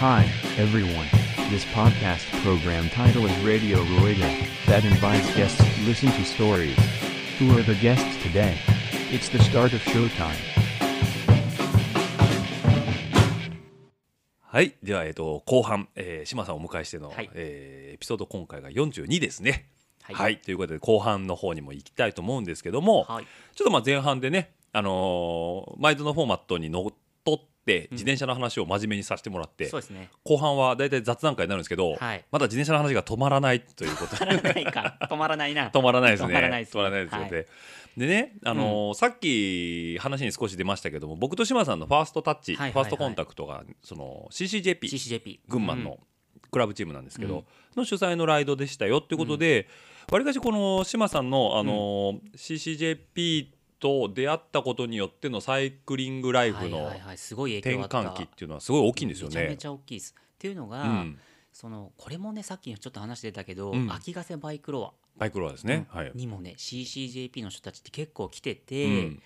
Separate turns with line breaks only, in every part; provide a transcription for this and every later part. Hi, everyone. This podcast program title is Radio Rueda, that invites guests to listen to stories. Who are the guests today? It's the start of showtime.
はい。では、えっと、後半、えー、島さんをお迎えしての、
はい
えーエピソード今回が42ですね。は、
はいい
ということで、後半の方にも行きたいと思うんですけども、
はい
ちょっとまあ前半でね、あのー毎度のフォーマットにのっとって、自転車の話を真面目にさせてもらって、
そうですね。
後半は大体雑談会になるんですけど、
はい
まだ自転車の話が止まらないということ
止まらないか。止まらないな。
止まらないですね。
止まらないです
止まらないですよね。でね、あのーさっき話に少し出ましたけども、僕と島さんのファーストタッチ、
はいはいはい
ファーストコンタクトが、その CCJP、
CCJP。
群馬
うん
のクラブチームなんですけど、
うん
の主催のライドでしたよっていうことで、わりかしこの島さんの、あのー CCJP と出会ったことによってのサイクリングライフの
はいはいはい、すごい
転
影響あった
換期っていうのはすごい大きいんですよ
めちゃめ
ね。
ちゃ大きいです。っていうのが、
うん、
そのこれもねさっきちょっと話してたけど、
うん
秋ヶ瀬バイクロ
バイクロアです
ア、
ね。はい、
にもね CCJP の人たちって結構来てて、
うん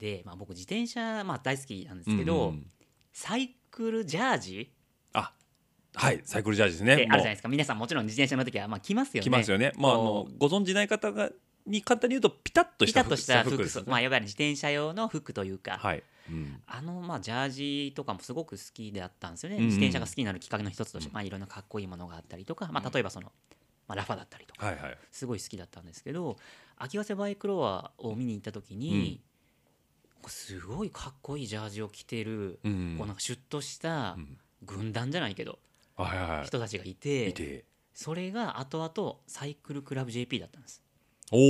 で、まあ、僕自転車、まあ、大好きなんですけど、
うん
サイクルジャージ
あはいサイクルジャージです
っ
ね。
てあるじ
も
ゃないですか皆さんもちろん自転車の時はまあ来ます
う
よね。
来ますよね。まああの
こ
ご存じない方がに簡単に言うとピタッと
ピ
し
タ
た
ッとした
服
服
です
装、
ね。
まあ、いわゆる自転車用の服というか、
はい。うん
あのまあジャージとかもすごく好きであったんですよね、
うんうん
自転車が好きになるきっかけの一つとして、
うん
まあ、いろんなかっこいいものがあったりとか、まあ、例えばその、まあ、ラファだったりとか
はいはい。
すごい好きだったんですけど秋ヶ瀬バイクロアを見に行った時に、すごいかっこいいジャージを着てる、
うん
こうなんかシュッとした
うん
軍団じゃないけど、
はいはいはい
人たちがいて
いて。
それが後々サイクルクラブ JP だったんです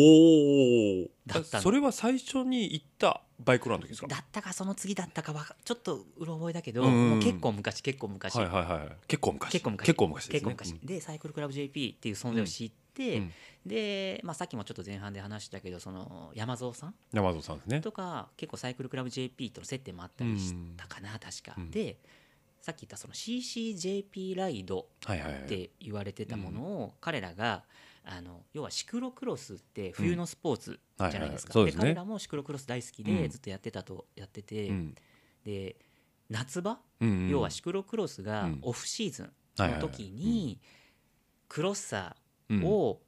おお。
だったの
あそれは最初に行ったバイクロアの時ですか。
だったかその次だったかわかちょっとうろ覚えだけど、
うんうんうん
もう結構昔結構昔、
はいはいはい。結構昔。
結構昔
結構昔ですね。
結構昔でサイクルクラブ JP っていう存在を知って、
うん
で、まあ、さっきもちょっと前半で話したけどその山蔵さん
うん山蔵さんですね。
とか結構サイクルクラブ JP との接点もあったりしたかな、確か、
うん
でさっき言ったその CCJP ライド
はいはいはい。
って言われてたものを彼らがあの要はシクロクロスって冬のスポーツじゃないですか、
うんはいはいはいそうですね
彼らもシクロクロス大好きで
うん
ずっとやってたとやってて、
うん
で夏場
うんうん
要はシクロクロスが
うん
オフシーズン
はいはい
の
はい
時にクロッサーを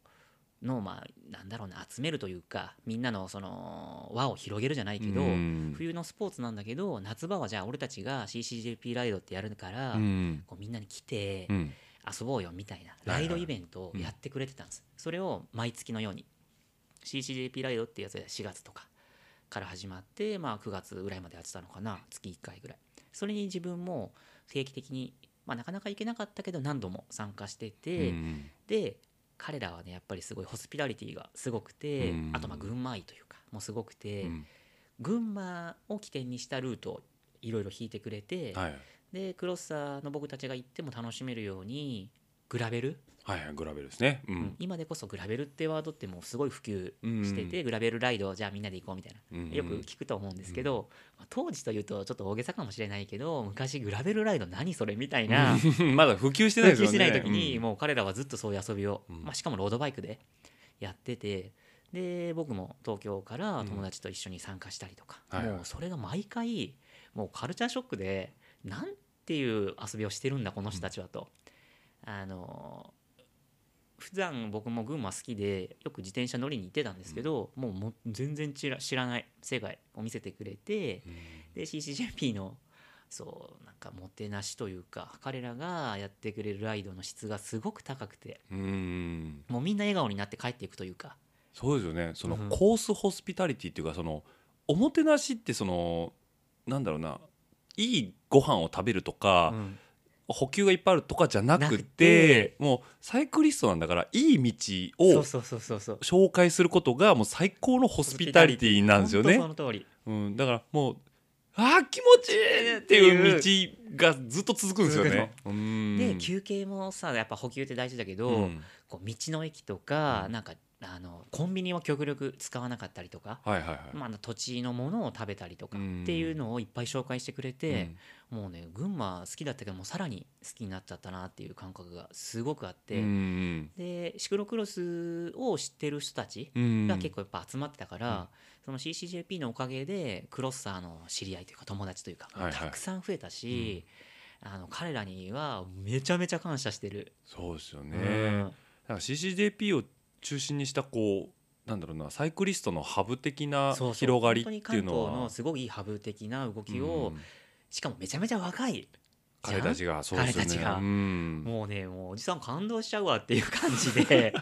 のまあなんだろうな集めるというかみんなのその輪を広げるじゃないけど
うん
冬のスポーツなんだけど夏場はじゃあ俺たちが CCJP ライドってやるから
うん
こうみんなに来て
うん
遊ぼうよみたいな
はいは
ラ
い
イドイベントをやってくれてたんですそれを毎月のように CCJP ライドってやつで4月とかから始まってまあ9月ぐらいまでやってたのかな月1回ぐらいそれに自分も定期的にまあなかなか行けなかったけど何度も参加して
うん
てで彼らはねやっぱりすごいホスピタリティがすごくて
うん
あとまあ群馬愛というかもうすごく
う
て
ん
群馬を起点にしたルートをいろいろ引いてくれて
はい
でクロッサーの僕たちが行っても楽しめるようにグラベル、
はいはいグラベルですね。う
うん
ん
今でこそグラベルってワードってもうすごい普及してて、
う
グラベルライドをじゃあみんなで行こうみたいな、
うん
よく聞くと思うんですけど、まあ当時というとちょっと大げさかもしれないけど昔グラベルライド何それみたいな。
まだ普及してない
普
です
及
よ
し
ね。
てない時
う
に
ん
もう彼らはずっとそういう遊びを、
うん
まあ、しかもロードバイクでやっててで僕も東京から友達と一緒に参加したりとか、
はいはい
もうそれが毎回もうカルチャーショックでなんていう遊びをしてるんだこの人たちはと。あの普段僕も群馬好きでよく自転車乗りに行ってたんですけど、もうもう全然知ら知らない世界を見せてくれて、で CCJP のそうなんかもてなしというか彼らがやってくれるライドの質がすごく高くて
うんうん
もうみんな笑顔になって帰っていくというか
そうですよねその
うん
コースホスピタリティっていうかそのおもてなしってそのなんだろうないいご飯を食べるとか、
うん
補給がいっぱいあるとかじゃなくて
なくて
もうサイクリストなんだからいい道
そ
を
うそうそうそうそう
紹介することがもう最高のホスピタリティなんですよね
本。当その通り
うん、だからもうあー気持ちいいっていう道がずっと続くんですよね。うん
で休憩もさやっぱ補給って大事だけど、
うん
こう道の駅とか、
うん
なんかあのコンビニは極力使わなかったりとか、
はいはいはい。
まあ、あの土地のものを食べたりとか
うん
っていうのをいっぱい紹介してくれて、
うん
もうね群馬好きだったけどもうさらに好きになっちゃったなっていう感覚がすごくあって、
うん
でシクロクロスを知ってる人たち
うん
が結構やっぱ集まってたか
うん
ら、その CCJP のおかげでクロッサーの知り合いというか友達というか、
はいはい
たくさん増えたし、あの彼らにはめちゃめちゃ感謝してる。
そうですよ
う
ね、なん
ん
か CCJP を中心にしたこうなんだろうなサイクリストのハブ的な
そうそう
広がりっていうの
本当に関東
は
のすごいいいハブ的な動きを、
うん
しかもめちゃめちゃ若いじゃん
彼たちがそうですよ
彼たち
ね
が
うん
もうねもうおじさん感動しちゃうわっていう感 じで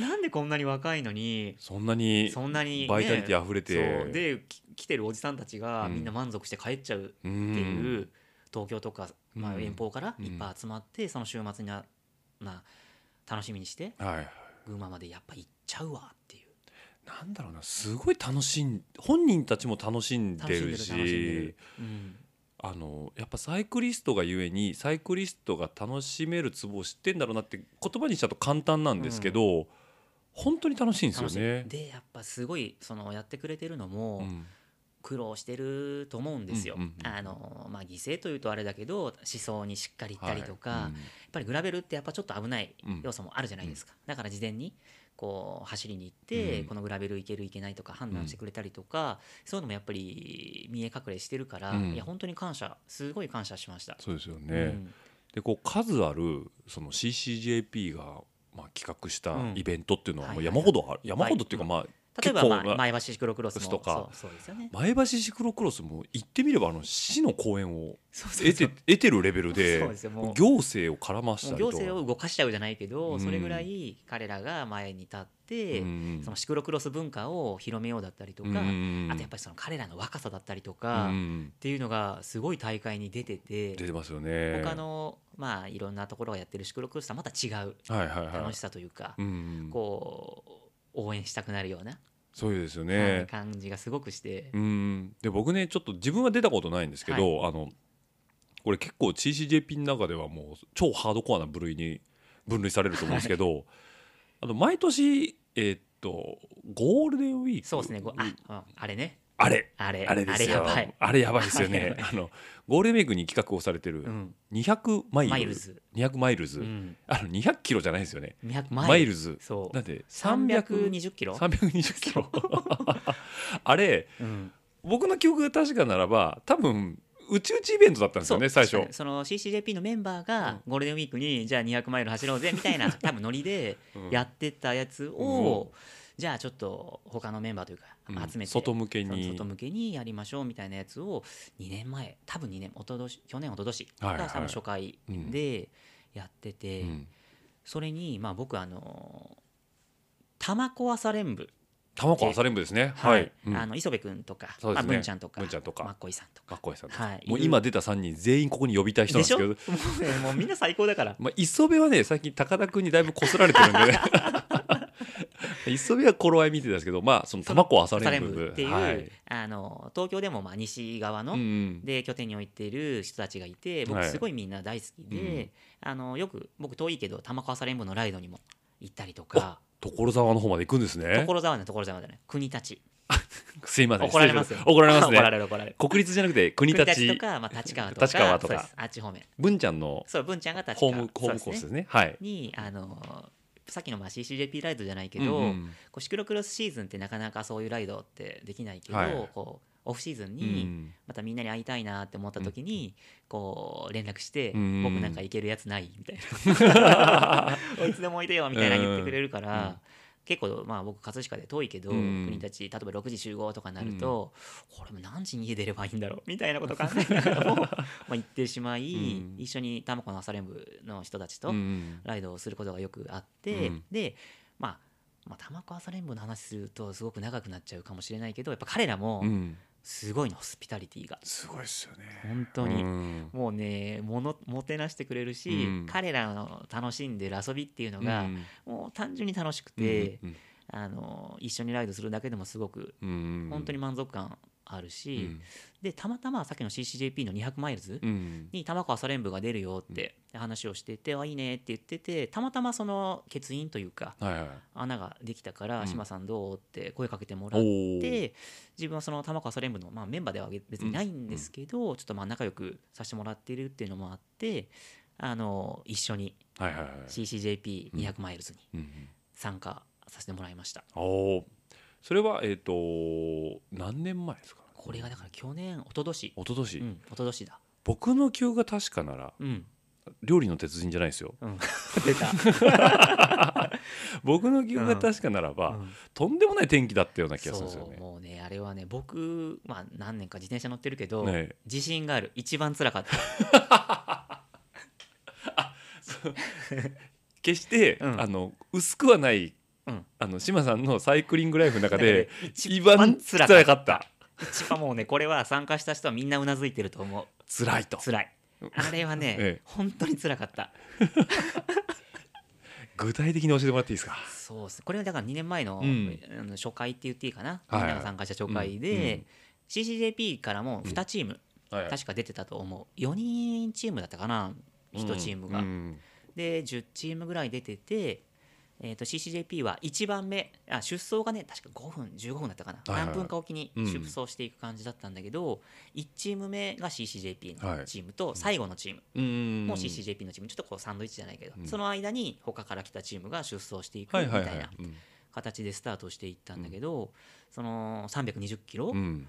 なんでこんなに若いのに
そんなに
そんなにね、
バイタリティ溢れて、
そうでき来てるおじさんたち
う
が
ん
みんな満足して帰っちゃうっ
う
ていう、
ん
東京とか、まあ、
うん
遠方からいっぱい集まって、その週末にはまあ楽しみにして
はい
群馬までやっぱ行っちゃうわっていう
なんだろうなすごい楽しん本人たちも楽しん
楽
で
しん
る
でる楽
し
しんでる、うん、
あのやっぱサイクリストがゆえにサイクリストが楽しめるツボを知ってんだろうなって言葉にしちゃうと簡単なんですけど、本当に楽しいんですよ
楽しい
ね。
でやっぱすごいそのやってくれてるのも、
うん
苦労してると思うんですよ。
うんうんうん
あのまあ、犠牲というとあれだけど思想にしっかり行ったりとか、
は
やっぱりグラベルってやっぱちょっと危ない
うん
要素もあるじゃないですか、だから事前にこう走りに行って、
うん
このグラベル行ける行けないとか判断してくれたりとか、そういうのもやっぱり見え隠れしてるから、
うん
いや本当に感謝すごい感謝しました。
そうですよね。
うん
でこう数あるその CCJP がまあ企画した
うん
イベントっていうのはもう
はいはい
山ほどある、
いっぱい
山ほどっていうかまあ
例えば、
結構
まあ、前橋シクロクロスも
とか
そうそうですよね。
前橋シクロクロスも行ってみればあの市の公園を
そうそう
得
そう
て得てるレベルで
そうですよもう
行政を絡ました
もう
りと
行政を動かしちゃうじゃないけど、
うん
それぐらい彼らが前に立って、
うん
そのシクロクロス文化を広めようだったりとか、
うん
あとやっぱりその彼らの若さだったりとか、
う
っ
ん
ていうのがすごい大会に出てて、
出てますよね。
他のまあいろんなところがやってるシクロクロスとはまた違う
はいはいはい、
楽しさというか、
うん、
こう応援したくなるような、
そうですよ
は
ね
い。感じがすごくして、
うんで僕ねちょっと自分は出たことないんですけど、あのこれ結構 CCJP の中ではもう超ハードコアな部類に分類されると思うんですけど、あの毎年えーっとゴールデンウィーク
そうですねごあ、うんあれね
あれ
あれ
あれですよ
あれやばい、
あれやばいですよねあのゴールデンウィークに企画をされてる
うん、
200マイル
マイルズ、
200マイルズ、
うん、
あの200キロじゃないですよね
200
マ
マ
イ
イ
ルズ
そう
なんで320
320キロ、
キロ あれ
うん、
僕の記憶が確かならば多分宇宙地イベントだったんですよね最初
確かにその CCJP のメンバー
う
が
ん
ゴールデンウィークにじゃあ200マイル走ろうぜみた いな多分ノリで
うん
やってたやつを、じゃあちょっと他のメンバーというか、
うん
集めて
外向けに
そう外向けにやりましょうみたいなやつを2年前多分2年おととし去年おととし
はいはい
が多分初回でやってて、
うん
それにまあ僕あの玉子朝練部、
玉子朝練部ですね
は
はいい、うん
あの磯部君とか、
そうで
まあ、
すね
文ちゃんとか
文ちゃんとか
まっこいさんと
か
か
っこいいさんと
はい
もう今出た3人全員ここに呼びたい人なん
で
で
し
すけ
ょもう,、
ど
ね、もうみんな最高だから
まあ、磯部はね最近高田君にだいぶこすられてるんで ね磯部は頃合い見てたんですけどまあその玉子 朝
サレ
練
ン
部
ブっていう、
はい
あの東京でもまあ西側の、
うんうん
で拠点に置いてる人たちがいて
はい
僕すごいみんな大好きで、
うん
あのよく僕遠いけど玉川サレンブのライドにも行ったりとか
所沢の方まで行くんですね
所沢の所沢だね国立
すいません
怒られますよ
失礼し怒られます
怒ら
ね
れる怒られる
国立じゃなくて国
国立と
立
か、まあ、立川とか
立川とか
そうですあっち方面
文ちゃんの
そう文ちゃんが立
ホ
川
ームホームコー
そうで
ス
す
で
ね
すねはい
にあのさっきのまあ CCJP ライドじゃないけど、
うんうん
こうシクロクロスシーズンってなかなかそういうライドってできないけど、
はい
こうオフシーズン
う
に
ん
またみんなに会いたいなって思った時にこう連絡して
うん
「僕なんか行けるやつない?」みたい な「いつでもおいでよ」みたいな言ってくれるか
うん
ら結構まあ僕葛飾で遠いけど
うん
国立例えば6時集合とかになるとこれも何時に家出ればいいんだろうみたいなこと考えなが らもまあ行ってしまい
うん
一緒にタマコの朝練部の人たちと
うんうん
ライドをすることがよくあって、
うん
でまあまあ、タマコ朝練部の話するとすごく長くなっちゃうかもしれないけどやっぱ彼らも
うん
すごいのホスピタリティが
すごいですよね
本当に、
うん
もうねものもてなしてくれるし、
うん
彼らの楽しんでる遊びっていうのが、
うん
もう単純に楽しくて、
うん
あの一緒にライドするだけでもすごく
うん
本当に満足感ある
う
し、
ん
でたまたまさっきの CCJP の200マイルズ
うん
に玉川朝練部が出るよって話をしてて、あいいねって言っててたまたまその欠員というか
はいはい
穴ができたか
う
ら
ん
「志麻さんどう?」って声かけてもらっ
おー
で自分はその玉川ソ連部の、まあ、メンバーでは別にないんですけど、ちょっとまあ仲良くさせてもらってるっていうのもあってあの一緒に
はいはいはい
CCJP200 マイルズに
うんうん
参加させてもらいました、
おーそれはえっと何年前ですか
これがだから去年一昨年
一昨年
うん一昨年だ
僕の記憶が確かなら
うん、
料理の鉄人じゃないですよ
うん、出た、
僕の記憶が確かならば、
うん
とんでもない天気だったような気がするんですよ
そう
ね
もうねあれはね僕、まあ、何年か自転車乗ってるけど、
ね
自信がある一番辛か った
決して、
うん
あの薄くはない、
うん
あの志麻さんのサイクリングライフの中で一
一
番
番
辛
辛
か
か
っ
った一番もうねこれは参加した人はみんなうなずいてると思う
辛いと
辛 いあれはね、
ええ
本当に辛かった
具体的に教えてもらっていいですか
そうですねこれはだから2年前の,、
うん
あの初回って言っていいかな、
はいはい
みんなが参加した初回で、
うんうん
CCJP からも2チーム、
はい
確か出てたと思う4人チームだったかな1チームが、
うんうん
で10チームぐらい出てて、えー、と CCJP は1番目あ出走がね確か5分15分だったかな、
はいはい
何分かおきに
うん
出走していく感じだったんだけど、1チーム目が CCJP
はい
のチームと最後のチーム
うん
も CCJP のチームちょっとこうサンドイッチじゃないけど、
うん
その間に他から来たチームが出走していく
は
み
いは
た
い
い
はい
な形でスタートしていったんだけど、その320キロ、
うん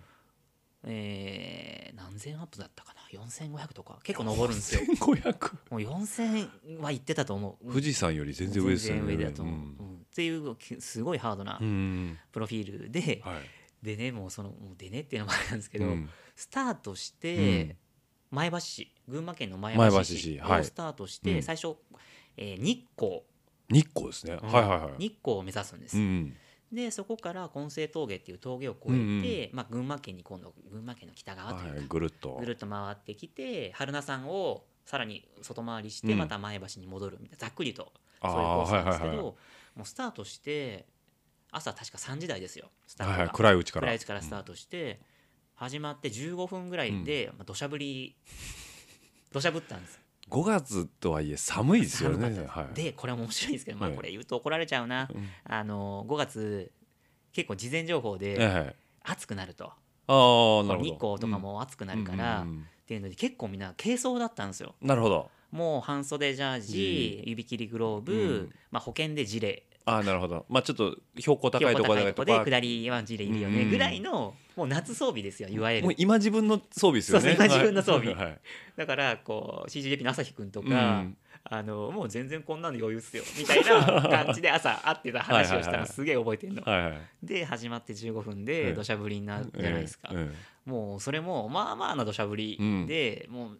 えー何千アップだったかな4500とか結構登るんで すよ。
1500
もう4000は行ってたと思う。
富士山より全然上ですよね
全然上だと思う、
ん
うんっていうきすごいハードな
うん
プロフィールで、
はい
でねもうそのもうでねっていうのもあれなんですけど、
うん
スタートし
うん
て前橋市群馬県の前
前
橋
橋市
市
は
を
い
スタートし
う
て
ん
最初、えー日光、
日光ですねはいはいはい
日光を目指すんです、
うん
でそこから金星峠っていう峠を越えて、
うんうん
まあ、群馬県に今度群馬県の北側というか、
はいぐるっと
ぐるっと回ってきて春名山をさらに外回りして
うん
また前橋に戻るみたいな、ざっくりと
あ
そういうコースなんですけど、
ーはいはいはい
もうスタートして朝確か3時台ですよスタート
は
が、
いはい暗いうちから
暗いうちからスタートして、始まって15分ぐらいで、まあ、土砂降り土砂降ったんです
5月とはいえ寒いですよ
寒か
ね
ったです
はい
でこれは面白いんですけど、まあ、
はい
これ言うと怒られちゃうな、
うん
あの5月結構事前情報
ええ
で
はい
暑くなると、
ああなるほど
日光とかも暑くなるから、
うんうんうん
っていうので結構みんな軽装だったんですよ
うんなるほど
もう半袖ジャージ指切りグローブ、
うん
まあ、保険でジレ
ああなるほどまあちょっと標高高い
標
と
高
こ
高
ろ
い
だ
とことで
か
下りはジレいるよ
う
ね
ん
ぐらいのもう夏装備ですよいわゆ
もう
る
今自分の装備ですよね
そうそう今自分の装備
はいはい
だからこう CGJP の朝日くんとか、
うん
あのもう全然こんなの余裕っすよみたい な感じで朝会ってた話をし
はい
た
はいは
の
い
すげえ覚えてるの。
はいはい
で始まって15分
う
で
ん
土砂降りになるじゃないですか、
えええ
もうそれもまあまあな土砂降りで、もう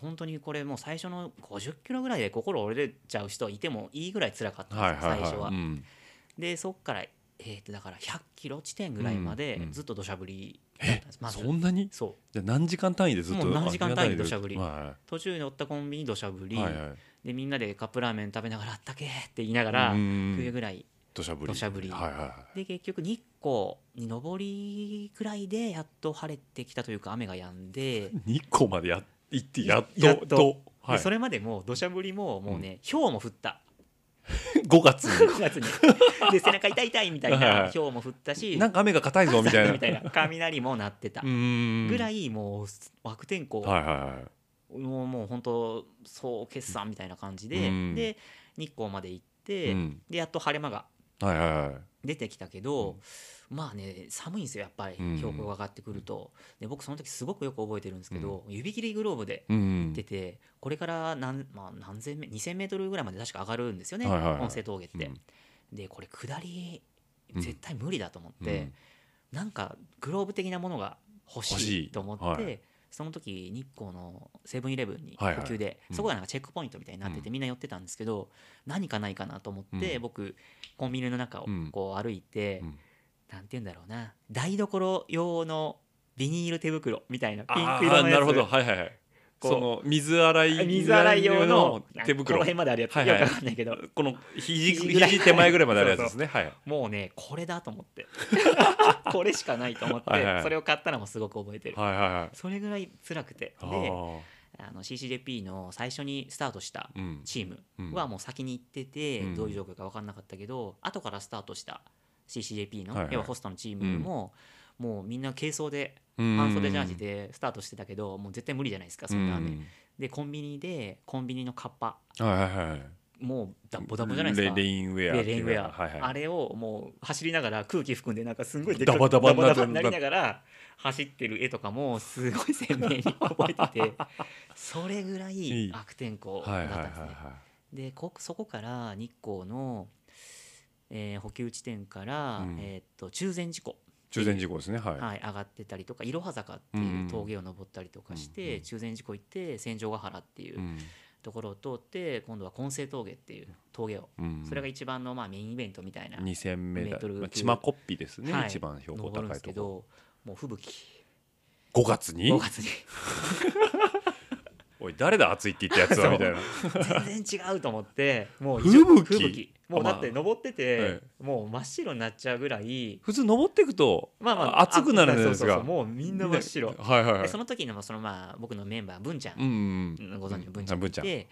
本当にこれもう最初の50キロぐらいで心折れちゃう人いてもいいぐらい辛かった
え
ん
はい
ですよ、
はい
最初は。
はいうん
でそっから、えー、とだから100キロ地点ぐらいま
うんう
で
ん
ずっと土砂降りだったんです、まず
そんなに
そう
じゃあ何時間単位でずっと
もう何時間単位で土砂降り
は
途中に寄ったコンビニ土砂降
い
り、
はいはいはい
でみんなでカップラーメン食べながら「あったけ!」って言いながら、
うんうん
冬ぐらい
土砂降り
土砂降り
はいはいは
で結局日光に上りくらいでやっと晴れてきたというか雨が止んで
い日光までや行ってやっと
やっと
はい、
でそれまでもう土砂降りももうね、氷も降った
5月
5月にで背中痛い痛いみたい
はいはい
な氷も降ったし
になんか雨が硬いぞみたいな
みたいな雷も鳴ってたぐ
ぐ
ら
い
いもう悪天候、
はいはいはい
もうもう本当総決算みたいな感じで、
うん
で日光まで行って、
うん
でやっと晴れ間が
はいはいはい
出てきたけど、まあね寒いんですよやっぱり
うん
標高が上がってくると、で僕その時すごくよく覚えてるんですけど、指切りグローブで
うん
出てこれから何,、まあ、何千メ2000メートルぐらいまで確か上がるんですよね、
はいはいはい
音声峠って、
うん
でこれ下り
うん
絶対無理だと思って、
うん
なんかグローブ的なものが欲
欲
し
しい
いと思って、
はい
その時日光のセブンイレブンに
はいはい
補給で、
うん
そこがなんかチェックポイントみたいになってて、
う
みんな寄ってたんですけど何かないかなと思って、
うん
僕コンビニの中を
うん
こう歩いて、
うん
なんて言うんだろうな台所用のビニール手袋みたいなピン
あ
ク色
あ
の
な
や
るほど
つ
はいはいはい
こう
その水洗い
水洗い用の
手袋
この辺まであるやつ、
はいはい
よくわかんないけど
この肘
肘ぐらい
肘手前ぐらいまであるやつですねはい
もうねこれだと思って これしかないと思って
はいはい
それを買ったのもすごく覚えてる、
はいはいはい
それぐらい辛くて
あ
で
ー
あの CCJP の最初にスタートした
うん
チームはもう先に行ってて、
うん
どういう状況か分かんなかったけど後からスタートした CCJP の、
はいはい
要はホストのチームも、もうみんな軽装で半袖ジャージでスタートしてたけど、もう絶対無理じゃないですかそんな雨、
うん
でコンビニでコンビニのカッパ
はいはいはい
もうダッボダボじゃないですか
レレインウェア
レレインウェア、
はいはい、
あれをもう走りながら空気含んでなんかすごいでっ
ダバダバになって
ダバダバになりながら走ってる絵とかもすごい鮮明に覚えて てそれぐら
い
い
い
悪天候
は
だ
いはい
った
は
ん
い
ですね。
は
でこそこから日光の、えー補給地点から、
うん
えーっと中禅寺湖、
い中禅寺湖ですねはい、
はい、上がってたりとかいろは坂っていう峠を登ったりとかして、
うんうん
中禅寺湖行って千畳ヶ原っていううんところを通って、今度は金星峠っていう峠を、
うん、
それが一番のまあメインイベントみたいな
2000メ
メ
ー
ー
ト
トル
ル、まあ、チマコッピですね、
はい
一番標高
登るん
高い
です
と
け
こ
どもう吹雪
5月に
5月に
おい誰だ暑いって言ったやつ はみたいな
全然違うと 思ってもう
吹雪
吹雪もうだって
ま
登ってて、
え
もう真っ白になっちゃうぐらい
普通登っていくと、
まあまあ
暑くなるじゃないですか
そうそうそうもうみんな真っ白
みんなはいはいは
で
い
その時のそのまあ僕のメンバー文ちゃん
うんうんうん
ご存知の文ちゃ
うん文
ん文
ちゃん
で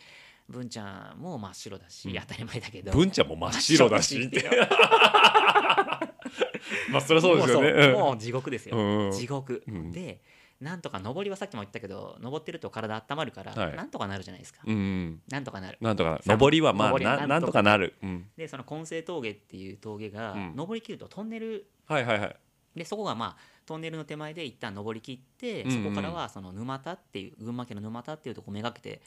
文ちゃんも真っ白だし、
うん
当たり前だけど
文ちゃんも真っ白だしって まあそりゃそうですよね
もうそうもう地獄ですよ、
うんうん
地獄、
うん
でなんとか登りはさっきも言ったけど登ってると体温まるから、
はい
なんとかなるじゃないですか、
うんうん
なんとかなる
なんとか登りはまあ
登りは
な
な
なんと
んと
か
か
なる、うん
でその金星峠っていう峠が、
うん
登りきるとトンネル
はいはいはい
でそこがまあトンネルの手前で一旦登りきって、
うんうん
そこからはその沼田っていう群馬県の沼田っていうとこめがけて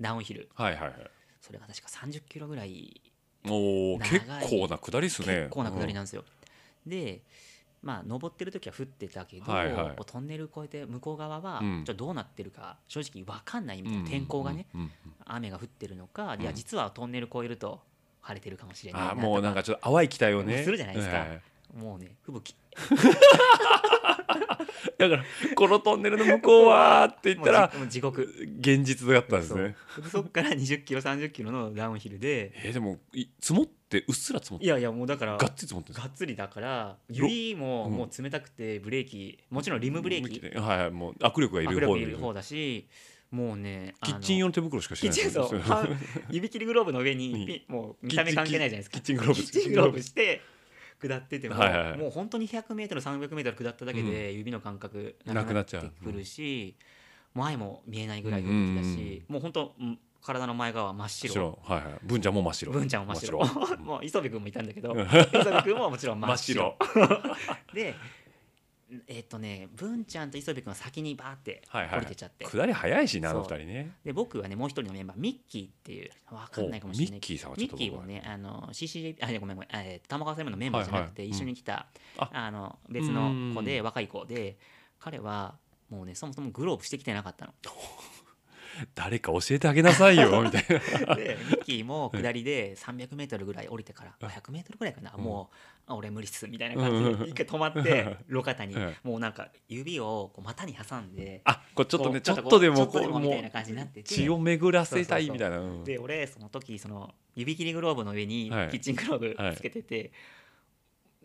ダウンヒル
はいはいはい
それが確か30キロぐらい
おお
長い
結構な下りですね
結構な下りなんですよ。でまあ登ってる時は降ってたけど、
はいはい
こうトンネル越えて向こう側は
うん
ちょっとどうなってるか正直分かんないみ
う
たい
ん
な、天候がね、
うんうん
雨が降ってるのか、
ん
いや実はトンネル越えると晴れてるかもしれない
あ
な
あ
と
もうなんかちょっと淡い期待をね
するじゃないですか
はは
もうね吹雪
だからこのトンネルの向こうはって言ったら
もうじもう地獄
現実だったんですね
そうでそっから20キロ30キロのダウンヒルで
えー、でもい積もってうっすら積もっ
い
て
やいやもうだから
がっつり積もってるんです
がっつりだから指も
うん
もう冷たくてブレーキもちろんリムブレーキ
ねはいはいもう握力がい
握
る方
力いる方だしもうねあ
キ
の
ッチン用の手袋しかし
キ
て
ッ
ない
チンそう半指切りグローブの上
うん
にピンもう見た目関係ないじゃないです
キ
か
ッチングローブ
キッチングローブして下ってても、
はいはいはい
もう本当に 200m300m 下っただけで指の感覚なくなって
なくなっちゃう
くるし前も見えないぐらい吹雪だし、もう本当うん体の前側真っ白
白はいはい文ちゃんも真っ白
文ちゃんも真っ白 もう磯部君もいたんだけど磯部君ももちろん
真
真
っ白
っ白でえっとね文ちゃんと磯部君は先にバーって
はいはい
降りてっちゃって、
下り早いしなあ
そう
の二人ね
で僕はねもう一人のメンバーミッキーっていう分かんないかもしれない
ミッキーさんはちょっ
ミ
と
ッキー
僕
は
は
ね、あの CCJP、あ、いやごめんごめん、あえー玉川セブンのメンバーじゃなくて、
はいはい
一緒に来た、
うんあ
あの別の子で、若い子で、彼はもうね、そもそもグローブしてきてなかったの。
誰か教えてあげなさい よみたいな
で、ミッキーも下りで300メートルぐらい降りてから、500メートルぐらいかな、
うん
もう、あ俺無理っすみたいな
う
感
ん
じで、一回止まって、路肩に
うん、
もうなんか指をこう股に挟んで、
あこれちょっと
こ
ね
う
ちょっとでも
ちょ
こ
っとで
う
もみたい
も
な
う
感じになってて。
血を巡らせたいみたいなうん
で俺その時その指切りグローブの上に
はい
キッチングローブつけてて、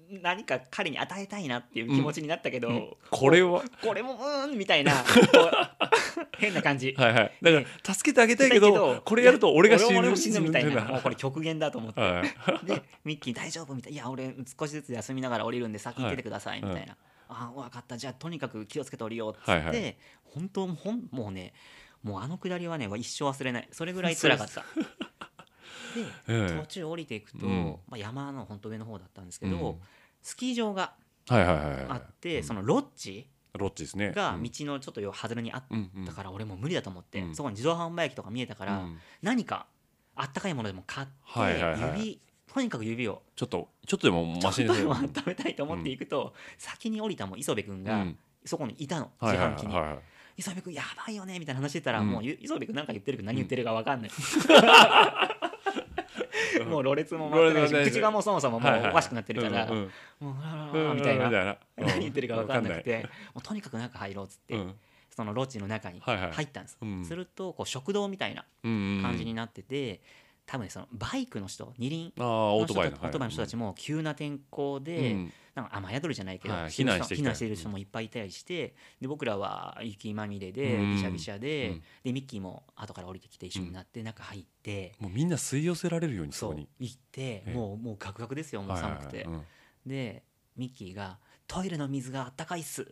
何か彼に与えたいなっていう気持ちになったけど、
これは
これもうーんみ たいなこう変な感じ。
はいはいだか
で
ら助けてあげたいけどこれやると俺が死
俺も俺
ぬ
も死ぬみたいなもうこ
は
れ極限だと思って、
い
でミッキー大丈夫みたいないや俺少しずつ休みながら降りるんで先行っててくださいみたいな、あ分かったじゃあとにかく気をつけて降りようっつって、
はいはい
本当ほんもうねもうあのくだりはね一生忘れないそれぐらい辛かったで
え
途中降りていくと、
うん
まあ、山の本当上の方だったんですけど、
うん
スキー場が
えはいはいはい
あ
は
って、そのロッジ
いロッチですね
が
う
道
ん
のちょっと外れにあっ
うんうん
たから俺もう無理だと思って、
うん
そこに自動販売機とか見えたから、
うん
何かあったかいものでも買って、
はいはいはい
指とにかく指を
ちょっとちょっとでもマ
ち
シ
ょ
になる
っとでも温めたいと思っていくと、先に降りたもう磯部君が、
うん
そこにいたの
はい
自
はい
販機に、
はいはい
磯部君やばいよねみたいな話してたら、
うん
もうゆ磯部君なんか言ってるけど何言ってるか分かんない、もうろれつも
ろ
回
れ
っ
つも回っ
てない
てない
し口がもうそもそもも
はいうはい
おかしくなってるから、
うん
もうあ
うん
らみたいな、
うん
何言ってるか分かんなく
わ
てもうとにかく中入ろうっつって、
かんない
そのロッジの中に
はいはい
入ったんです、
うん
するとこう食堂みたいな
うん
感じになってて、多分そのバイクの人二輪
ああオー
の
ト
人
バ
た
イ
ち
の
オートバイの人たちも急な天候で、
うん
なんか雨宿りじゃないけど、
はい
そういう人
避難してきた
避難してる人もいっぱいいたりしてで僕らは雪まみれで
うん
びしゃびしゃで,、
うん
でミッキーも後から降りてきて一緒になって中入って、
もうみんな吸い寄せられるようにそ
そ
こ
う
に
行って
え
もうもうガクガクですよもう寒くて、
はいはいはいうん
でミッキーが「トイレの水があったかいっす」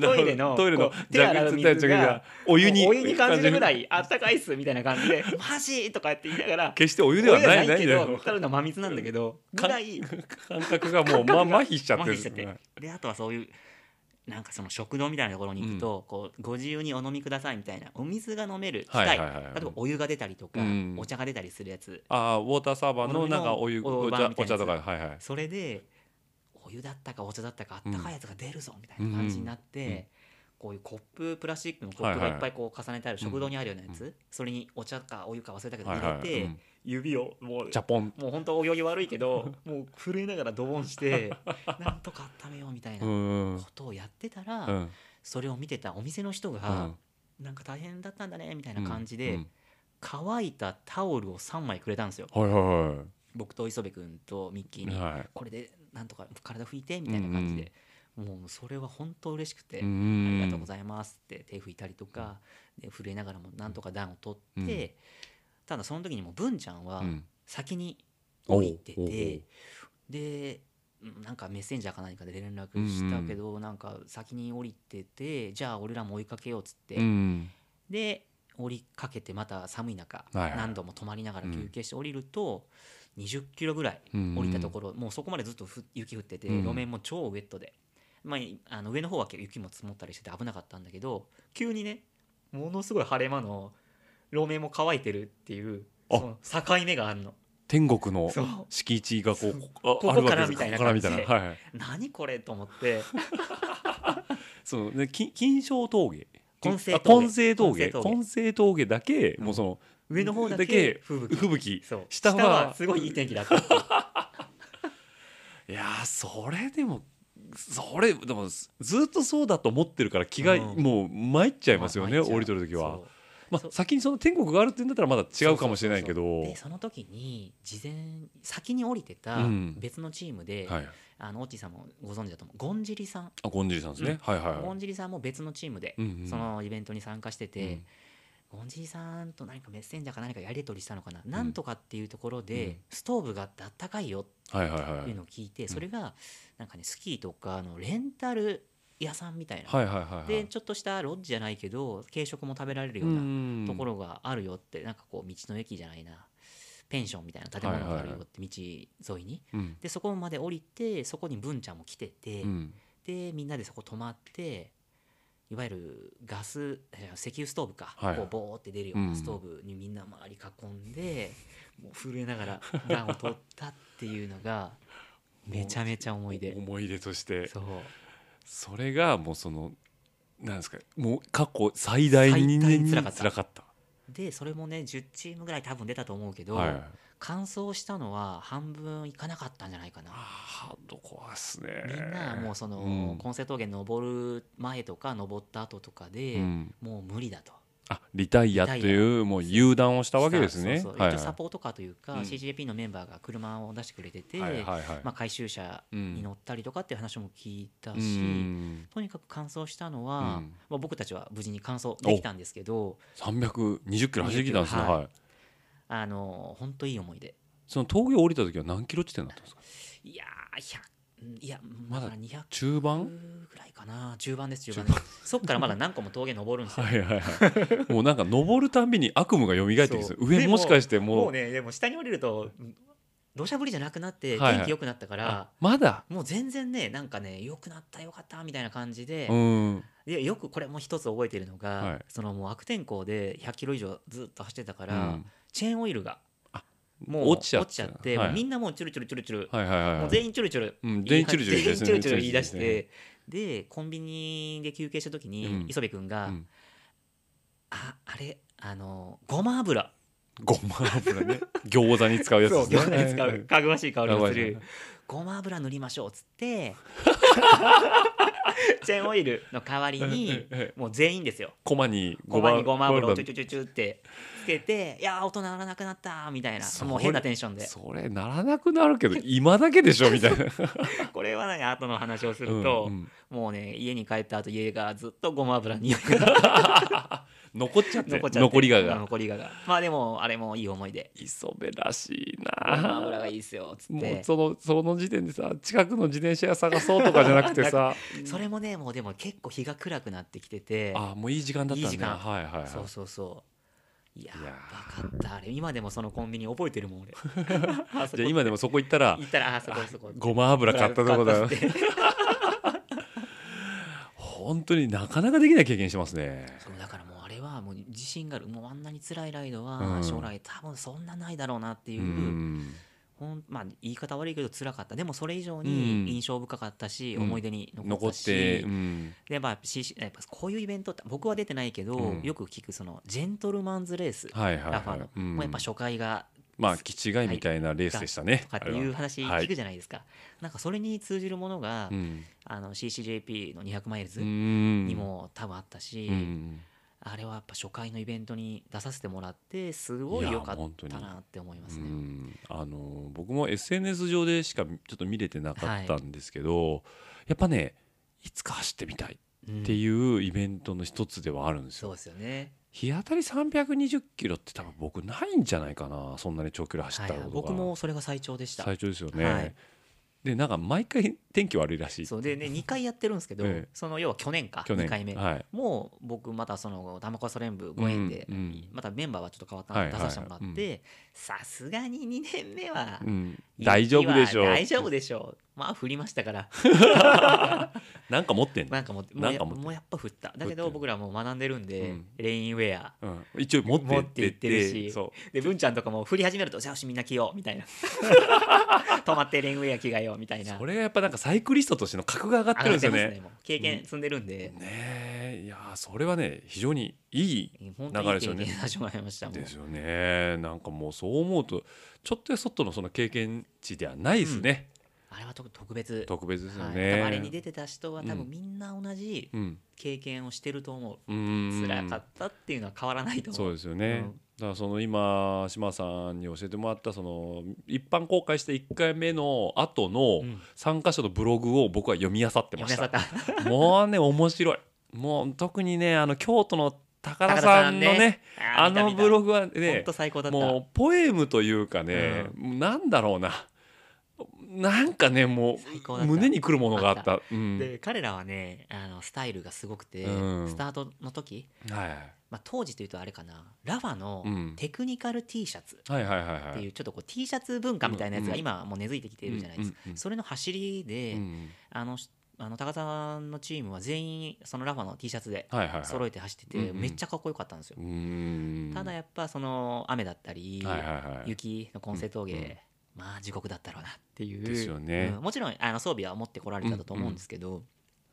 トイレの
トイレの
こう手洗う水が
蛇口と蛇口がお湯に
お湯に感じるぐらいあったかいっすみたいな感 じで「マジ!」とかやって言いながら
決してお湯ではない
お湯じゃ
な
け
いんだ
ど
よ
ただの真水なんだけどぐらい
感覚がもう
感覚が
ま麻痺しちゃって
麻
る
痺しちゃってであとはそういうなんかその食堂みたいなところに行くと、こうご自由にお飲みくださいみたいなお水が飲める機
はい
械、
はいはいはい
例えばお湯が出たりとか、
うん
お茶が出たりするやつ
ああウォーターサーバーのなんかお湯
お
お
湯の
茶
お湯
お茶とかはいはい
それでお湯だったかお茶だったかあったかいやつが出るぞみたいな感じになって、
うんうん
こういうコッププラスチックのコップ
は
が
い
い
はい
っぱいこう重ねてある食堂にあるようなやつ、それにお茶かお湯か忘れたけど
はい
入
は
れ
い
て、
うん
指をもう
ジャポン
もう本当お行儀悪いけ どもう震えながらドボンしてなんとか温めようみたいな
うん
こ
うん
とをやってたら、
うん
それを見てたお店の人
う
が
ん、
なんか大変だったんだねみたいな感じ
う
で
ん
乾いたタオルを3枚くれたんですよ
はいは
僕と磯部君とミッキー
い
に
はい
これでなんとか体拭いてみたいな感じでもうそれは本当嬉しくてあり
り
がとうございますって手拭いたりとかで震えながらもなんとか暖を取ってただその時にもう文ちゃんは
うん
先に降りて
おうおうおう
てでうんなんかメッセンジャーか何かで連絡したけどなんか先に降りててじゃあ俺らも追いかけようっつって
うん
で降りかけてまた寒い中
はいはい
何度も泊まりながら休憩して降りると2 0キロぐらい
うん
降りたところもうそこまでずっとふ雪降ってて
うん
路面も超ウェットで、まあ、いあの上の方は雪も積もったりしてて危なかったんだけど急にねものすごい晴れ間の路面も乾いてるっていう
あ
その境目があるの
天国の
そう
敷地がこうこ
ここ
ああるわけ
から
です
みたいな
ここからみたいな
感じ
はいはい
何これと思って
そのね金金賞峠
金星
あ
峠
金星峠
金星峠
金星峠だけもうその
上の方だ
だけ
け吹雪
吹雪
そう
下
下
は
はすごいいい天気だ ったっていう
いやーそれでもそれでもずずっとそうだと思ってるから気が
うん
もう参っちゃいますよね
まあまあ
降りてる時は
そう
ま
そ
あ
う
先にその天国があるって言うんだったらまだ違うかもしれないけど
でその時に事前先に降りてた
うん
別のチームで、
はい
あのオッチーさんもご存知だと思うゴンジリさん
あゴンジリさんですねはいはい
ゴ
は
ンジリさんも別のチームで
いうんうん
そのイベントに参加してて、ゴンジリさんと何かメッセンジャーか何かやり取りしたのかな、なんとかっていうところ
う
で
ん
ストーブがあってあったかいよっ
はいはいはいは
てい
いう
のを聞いて、それがなんかねスキーとかのレンタル屋さんみたいな、
はいはいはい
でちょっとしたロッジじゃないけど軽食も食べられるようなとこ
ろ
ろがあるよって、なんかこう道の駅じゃないなペンションみたいな建物があるよって道沿いに
うん
でそこまで降りてそこに文ちゃんも来てて、
うん
でみんなでそこ泊まっていわゆるガスえー石油ストーブか、
はい
こうボーって出るよう
うん
なストーブにみんな周り囲んで、もう震えなが ら暖を取ったっていうのがめちゃめちゃ思い出
思い出として
そう
それがもうそのなんですかもう過去最大に
最大に
つら
辛かった
かった
でそれもね10チームぐらい多分出たと思うけど、
はい
完走したのは半分いかなかったんじゃないかな
あーハードコアっすね
みんなもうその、
うん
根性峠登る前とか登った後とかで、
うん
もう無理だと
あリタイアというもう誘導をしたわけですね。
そうそう
はい
一応
はい
サポートカーというか、
うん
CGP のメンバーが車を出してくれてて、
はいはいはい
まあ、回収車に乗ったりとかっていう話も聞いたし、
うん
とにかく完走したのは、
うん
まあ、僕たちは無事に完走できたんですけど
320キロ走ってきたんですね、
はい
はい、
あの本当いい思い出
その峠を降りた時は何キロ地点だったんですか
いやー100いや
ま
ま
だ
だ200
中盤
ぐらいかな中盤です中盤ですそっからまだ何個も峠登るんですよ
はいはいはいもうなんか登るたんびに悪夢が蘇ってきて
そう
上
でも
もしかしてもう
もうねでも下に降りるとうん土砂降りじゃなくなっ
は
て
いはい
天気良くなったから、
あまだ
もう全然ねなんかね良くなった良かったみたいな感じで、
うん
でよくこれも一つ覚えてるのが、
はい
そのもう悪天候で100キロ以上ずっと走ってたから、
うん
チェーンオイルがもう
落
落
ち
ち
ち
ち
ゃ
ゃ
っ
っててもうみんなもうチュルチュルチュルチュル、
はいはいはいはい
もう全員チュルチュル、
うん全員チュルチュル
全員チュルチュル言い出し
全員チュル
てでコンビニで休憩した時に、
うん
磯部君が、
うん
ああれあのごま油
ごま油ね餃子に使うやつ
そう
ですね
餃子に使
はいは
う
い
かぐわしい香りがす
かぐわ
るごま油塗りましょうっつってチェーンオイルの代わりにもう全員ですよ
コマに
ごまにごま油を
ご
チュチュチュチュってつけて「いやー音鳴らなくなった」みたいな
それ
もう変なテンションで
それならなくなるけど今だけでしょみたいな
これはね後の話をする
うん
と、
うん
もうね家に帰った後家がずっとごま油に匂いが
残っちゃって
残っちゃって
残りが
うん
が
残りががまあでもあれもいい思いで
磯部らしい
「今村
な
がいいっすよ」っつっ
もう
て
そのその時点でさ近くの自転車屋探そうとかじゃなくて さ
それもねもうでも結構日が暗くなってきてて
あもういい時間だったんだ
いい時間
はいはい、はい、
そうそうそういや
いや
ーバカったあれ今でもそのコンビニ覚えて るもん俺あそ
じゃあ
こ行
今でもそこ行ったら
ったらあそこそこ
ごま油買ったとこだ
買ったっつ って
本当になかなかできない経験してますね
そうだからもうあれはもう自信があるもうあんなに辛いライド
う
は
ん
将来多分そんなないだろうなっていうう、
ん
ほんまあ、言い方悪いけど辛かったでもそれ以上
うん
に印象深かったし、
うん
思い出に残
残
っ
った、
して
うん、
でまあ、CC やっぱこういうイベントって僕は出てないけど、
うん
よく聞くそのジェントルマンズレース、
はいはいはい
ラファの、
うん
もうやっぱ初回が
まあ気違いみたいなレースでしたね
と。かっていう話
は
聞くじゃないですか、なんかそれに通じるものが、
うん
あの CCJP の200マイルズに
に、
も多分あったし、
うん
あれはやっぱ初回のイベントに出させてもらってすごい良かったなって思います
う
ね。
んあの僕も SNS 上でしかちょっと見れてなかったんですけど、やっぱねいつか走ってみたい
うん
っていうイベントの一つではあるんですよ。
そうですよね、
日当たり320キロって多分僕ないんじゃないかなそんなに長距離走
は
っ
い
た
は
こ
い
とが、
僕もそれが最長でした。
最長ですよね。
はい
でなんか毎回天気悪いらしい
そうでね2回やってるんですけど、
ええ
その要は去年か
去年
2回目、
はい
もう僕またその玉川ソ連部ご縁で、
うんうん
またメンバーはちょっと変わった
は
の
い
で出させてもらって、
はいは
さすがに2年目は
うん、大丈夫でしょう
大丈夫でしょうまあ振りまし たから
なんか持ってんの
なんかもう
なんか持
も
っ
う
て
やもうやっぱ振っただけ
振って
ど
る
僕らもう学んでるんで、
うん
レインウェア
うん、一応持ってって
持ってってるし
そ
で文ちゃんとかも振り始めると「じゃあよしみんな着よう」み たいな「止まってレインウェア着替えよう」みたいうな
それがやっぱなんかサイクリストとしての格が上がってるんですよね
上がってますもう経験積んでるんで、
ねえいやーそれはね非常にいい
本
流
当
れ
に
で
い
すよね
い経験させてもらいましたもん
ですよねなんかもうそう思うとちょっとやそっとのその経験値ではないですね、
あれは特特別
特別ですよ
はい、多
ね、
分あれに出てた人は多
う
分
ん
みんな同じ
うん
経験をしてると思う、
うーん
辛かったっていうのは変わらないと思
そううですよね、
うん
だからその今島さんに教えてもらったその一般公開した1回目の後の
うん
参加者のブログを僕は読み漁って
や
ま
めな
し
さ
た
った
もうね面白いもう特にねあの京都の高田さんのね あのブロ
グ
グは
本
ね
当最高だった
もうポエムというかね、なんだろうななんかねも
最高だ
う
った
胸にくるものがあったうん
で彼らはねあのスタイルがすごくて、
うん
スタートの時、
はいはい
まあ、当時というとあれかなラファの
うん
テクニカル T シャツ
はいはいはいは
っていううちょっとこう T シャツ文化みたいなやつ
うん
が
うん
今はもう根付いてきているじゃないですか、
うんうんうん
それの走りで、
うん
あのあの高田さんのチームは全員そのラファの T シャツで
はいはいはい
揃えて走ってて、
うんうん
めっちゃかっこよかったんですよ
う、ーん
ただやっぱその雨だったり、
はいはいはい
雪の根性峠、
うんうん
まあ地獄だったろうなっていう
ですよね
うんもちろんあの装備は持ってこられたと思うんですけど、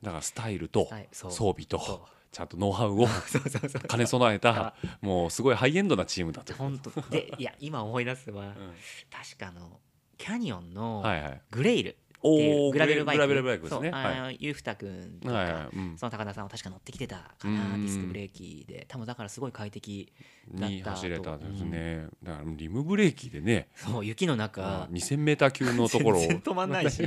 だからスタイルと
はいそう
装備
そう
とちゃんとノウハウを
そうそうそう
兼ね備えたもうすごいハイエンドなチームだと。
本当でいや今思い出すのは、
う
確かあのキャニオンの
んはいはい。
グレイルってい
お
う
お
グラベルバイク,、
グラベルバイクですね。
そう
は
あ
い
のゆふたくんとか、
はいはいうん
その高田さんは確か乗ってきてたかな、
うん
ディスクブレーキで多分だからすごい快適だった
に走れたんです
と
ね。だからリムブレーキでね、
そう雪の中
2000メーター級のところを。
全然止ま んないし い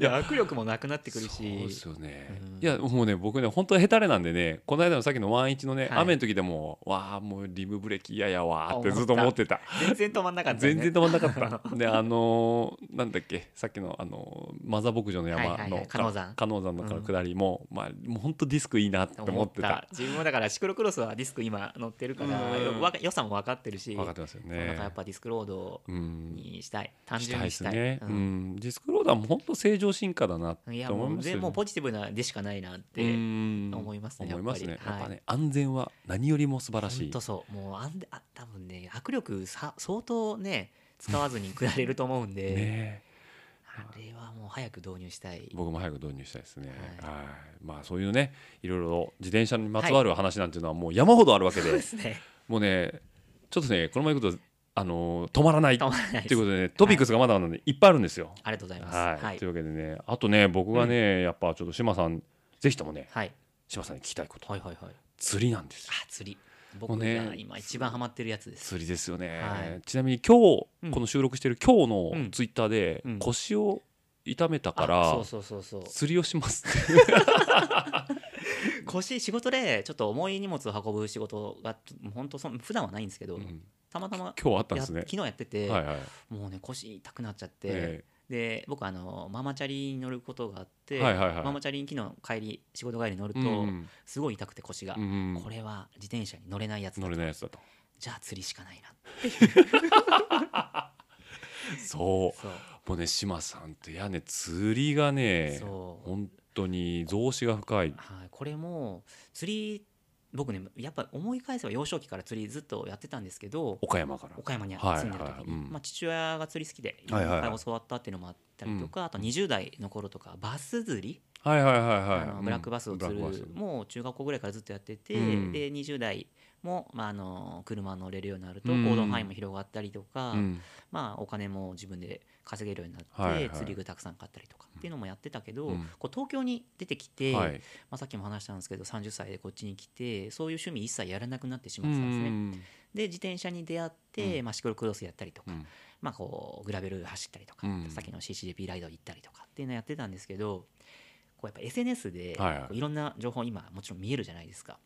や握力もなくなってくる
そう
し
ですよねい
うん。
やもうね僕ね本当下手れなんでね、この間のさっきのワンイチのね、
はい
雨の時でもわあもうリムブレーキ嫌やわーって
あ
ずっと思
思
っ
って
た。
全然止まんなかったよ
全
ね
然止まんなか った。で、あのーなんだっけ、さっきの、あのーマザー牧場の山の、
はいはいはい
か
加納山
加納山のから下りも、まあ、もう本当ディスクいいなって思ってた。
自分もだからシクロクロスはディスク今乗ってるから
うん
よくわか良さも分かってるし
分かってますよ
そうなん
ね
か。やっぱディスクロード
うん。
にしたい単
し
純
たいで
にし
す
たい
ね。う
うん
ん。ディスクローダーも本当正常進化だなって思
い
いま
や
すよ
もう
ね。
でもうポジティブなでしかないなって
うん
思いますね
思いますね。
や
や
っ
っ
ぱり
ぱね、安全は何よりも素晴らし
本
い
当。そうもうあんであ多分ね握力さ相当ね使わずに下れると思うん で、
ね。
あれはもう早く導入したい
僕も早く導入したいですね。
は
はい。まあそういうね、いろいろ自転車にまつわる話なんていうのはもう山ほどあるわけで
そうで。すね
もうね、ちょっとね、このままいくと、あのー止まらないと
止まらないで
いう
す
ことでね、トピックスがまだまだね、いっぱいあるんですよ。
ありがとうございます
はい、
はい
というわけでね、あとね、僕がね、やっぱちょっと島さん、ぜひともね、
はい
島さんに聞きたいこと、
はいはいはい
釣りなんですよ。
あ釣り
も
僕
うね
が今一番ハマってるやつです、
釣りですよね。
はい
ちなみに今日、
うん
この収録してる今日
う
の
ん
ツイッターで、
うん
腰を痛めたか
あ
ら、
そうそうそうそう
釣りをしますって
腰仕事でちょっと重い荷物を運ぶ仕事が本当そん普段はないんですけど、
うん
たまたま
今日あったん
や
ですね
昨日やってて、
はいはい
もうね腰痛くなっちゃって、
え
で僕あのママチャリに乗ることがあって、
はいはいはい
ママチャリに昨日帰り仕事帰りに乗る
え
と、
うん
すごい痛くて腰が、
うんうん
これは自転車に乗れないやつだ
乗れないやつだと
じゃあ釣りしかないな
そう
そう
もうね島さんってやね釣りがね
そう
本当に増資が深い
はい、これも釣り僕ねやっぱ思い返せば幼少期から釣りずっとやってたんですけど
岡山から
岡山に
はい
住んでる時に、
はいうん
まあ、父親が釣り好きでいっ
はいはいはい
ぱい教わったっていうのもあったりとか、あと20代の頃とかバス釣り、
はいはいはい
あ
は
の
い
ブラックバスを釣る、
うんブラックバ
もう中学校ぐらいからずっとやってて、
うん
で20代も、まあ、あの車乗れるようになると
うん
行動範囲も広がったりとか、
スうん
まあ、お金も自分で稼げるようになって、
はいはい
釣り具たくさん買ったりとかっていうのもやってたけど、
うん
こう東京に出てきて、
はい
まあ、さっきも話したんですけど30歳でこっちに来てそういう趣味一切やらなくなってし
う
まってたんですね。
ん
で自転車に出会って、
う
まあ、シクロクロスやったりとか、
うん
まあ、こうグラベル走ったりとか、
うん
さっきの CCJP ライド行ったりとかっていうのやってたんですけどこうやっぱ SNS でこ
はいはいう
いろんな情報今もちろん見えるじゃないですか。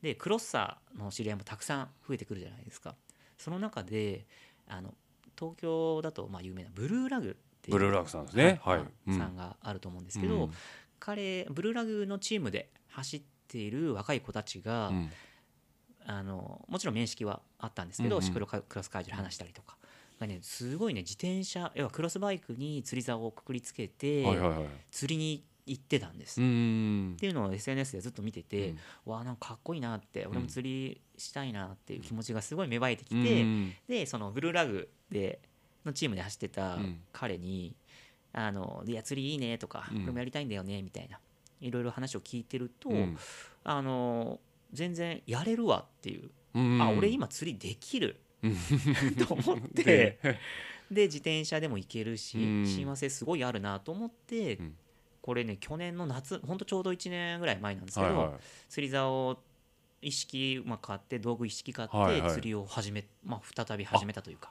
でクロッサーの知り合いもたくさん増えてくるじゃないですか。その中であの東京だとまあ有名なブルーラグってい
ブ
う
ルーラグさんですねはいうん
さんがあると思うんですけど、
うん
彼ブルーラグのチームで走っている若い子たちが、
うん
あのもちろん面識はあったんですけど、
うんうん
シクロクロス会場で話したりとかが、ね、すごいね自転車要はクロスバイクに釣り竿をくくりつけて、
はいはいはい
釣りに行ってたんです、
う
っ
ん
ていうのを SNS でずっと見てて、
うん
わあなんかかっこいいなって俺
うん
も釣りしたいなっていう気持ちがすごい芽生えてき
うん
て、でそのブルーラグでのチームで走ってた
うん
彼に「あのいや釣りいいね」とか「
うん
これもやりたいんだよね」みたいないろいろ話を聞いてると、
うん
あの全然やれるわっていう
うん
あ俺今釣りで きると思ってで
で
自転車でも行けるし
うん
親和性すごいあるなと思って、
うん
これね去年の夏ほんとちょうど1年ぐらい前なんですけ
は
ど、
いは
釣り竿一式、まあ、買って道具一式買って、
はいはい
釣りを始め、まあ、再び始めたというか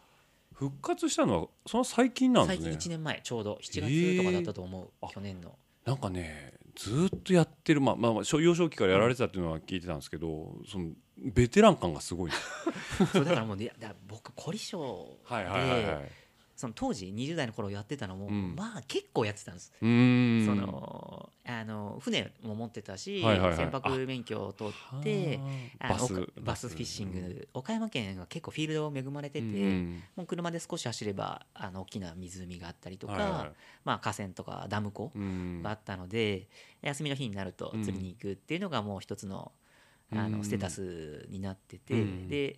い復活したのはその最近なんで
最
す
近
ね
1年前ちょうど7
え
月
ー
とかだったと思う、
あ
去年の
なんかねずーっとやってるまあまあまあ小幼少期からやられてたっていうのは聞いてたんですけどそのベテラン感がすごいです
そうだからもう、ね、いやだから僕凝り性
はいはいはいは
で
い
その当時20代の頃やってたのも、
うん
まあ結構やってたんです
うーん
そのあの船も持ってたし、
はいはいはい
船舶免許を取って
はあ
あの
バス
おかバスフィッシング、岡山県は結構フィールド恵まれて
う
て、
んうん
もう車で少し走ればあの大きな湖があったりとか、
はいは
まあ、河川とかダム湖
いうん
があったので、休みの日になると釣りに行くっていうのがもう一つの,、あ
う
の
ん
ステータスになってて、
うん
で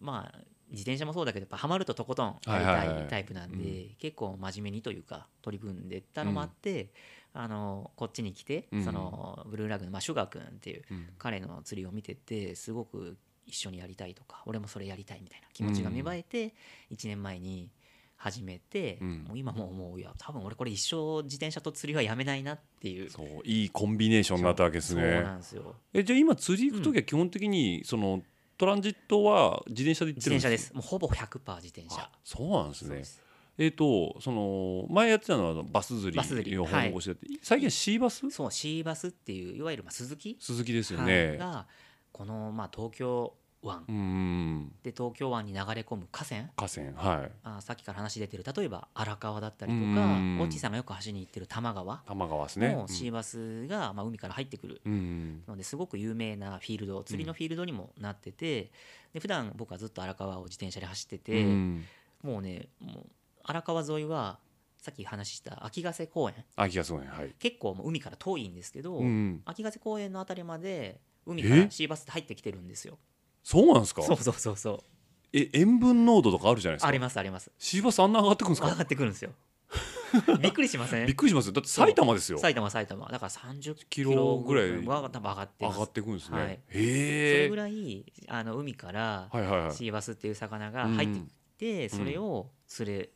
まあ自転車もそうだけどやっぱハマるととことんや
はい
り
はいはい
たいタイプなんで、結構真面目にというか取り組んでったのもあって、あのこっちに来て、
うん
そのブルーラグの、まあ、シュガー君っていう
うん
彼の釣りを見ててすごく一緒にやりたいとか俺もそれやりたいみたいな気持ちが芽生えて1年前に始めて、
うん
もう今もう思ういや多分俺これ一生自転車と釣りはやめないなっていう
そういいコンビネーションになったわけです
そう
ね
なんですよ
えじゃあ今釣り行く時は基本的にそのトランジットは自転車で行って
自
るん
転
です
車ですもうほぼ100%自転車
あそうなんです
そう
ね
です
えっ、とその前やってたのはあのバス釣
バス釣
り
り
の方向して、最近はシーバス
そうシーバスっていういわゆるまあ鈴木
鈴木ですよね、
がこのまあ東京湾
うん
で東京湾に流れ込む河川
河川はい
あさっきから話出てる例えば荒川だったりと
うん
か
うんうん
オッチーさんがよく走りに行ってる多摩川
多摩川ですね
のシーバスが、まあ、海から入ってくる
うんうん
のですごく有名なフィールド釣りのフィールドにもなってて、で普段僕はずっと荒川を自転車で走ってて、
うん
もうねもう荒川沿いはさっき話した秋ヶ瀬公園
秋がすごいねはい、
結構もう海から遠いんですけど、
うん、
秋ヶ瀬公園のあたりまで海から
え
シーバスって入ってきてるんですよ。
そうなんですか
そうそうそうそう
え塩分濃度とかあるじゃないですか
ありますあります
シーバスあんな上がってくるんです
上
か
がってくる んですよ。びっくりしませ
びっ
ん
くりしますよだって埼玉ですよ
埼玉埼玉だから30
キ
キ
ロ
ロ
ぐ
ぐ
ら
ら
い
いは多分上がって
上
ます
がってくるんですね、
はいそ
へ
れ
え
ぐらいあの海から
はいはいはい
シーバスっていう魚が入ってきて、
うん
それを釣れっ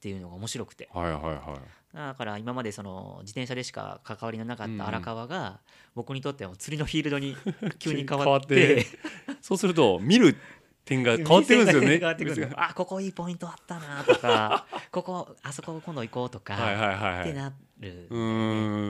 ていうのが面白くて、
はいはいは
だから今までその自転車でしか関わりのなか
う
っ
んうん
た荒川が僕にとってはもう釣りのフィールド に急に変
変わ
わ
っ
ってて
いそうすると見る点 が変わってくるんですよね
店が変わってくるんですよあここいいポイントあったな とかここあそこ今度行こうとか、
はいはいはいは
っ
い
てなる、
うー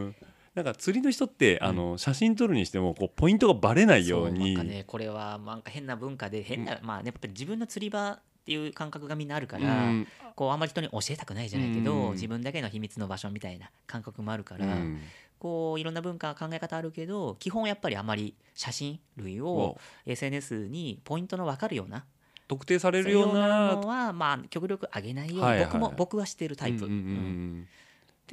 んなんか釣りの人って、あの写真撮るにしてもこうポイントがバレないように
そなんかねこれはなんか変な文化で変な、まあねやっぱり自分の釣り場っていう感覚がみんなあるから、
うん
こうあんまり人に教えたくないじゃないけど、
うん
自分だけの秘密の場所みたいな感覚もあるから、
うん
こういろんな文化考え方あるけど基本やっぱりあまり写真類を
を
SNS にポイントの分かるような
特定さ
そ
れ
う
る
いう
よ
よ
う
うな
な
のはまあ極力上げないように、
はいはい
僕も僕はしてるタイプ。
うんうんうん
うん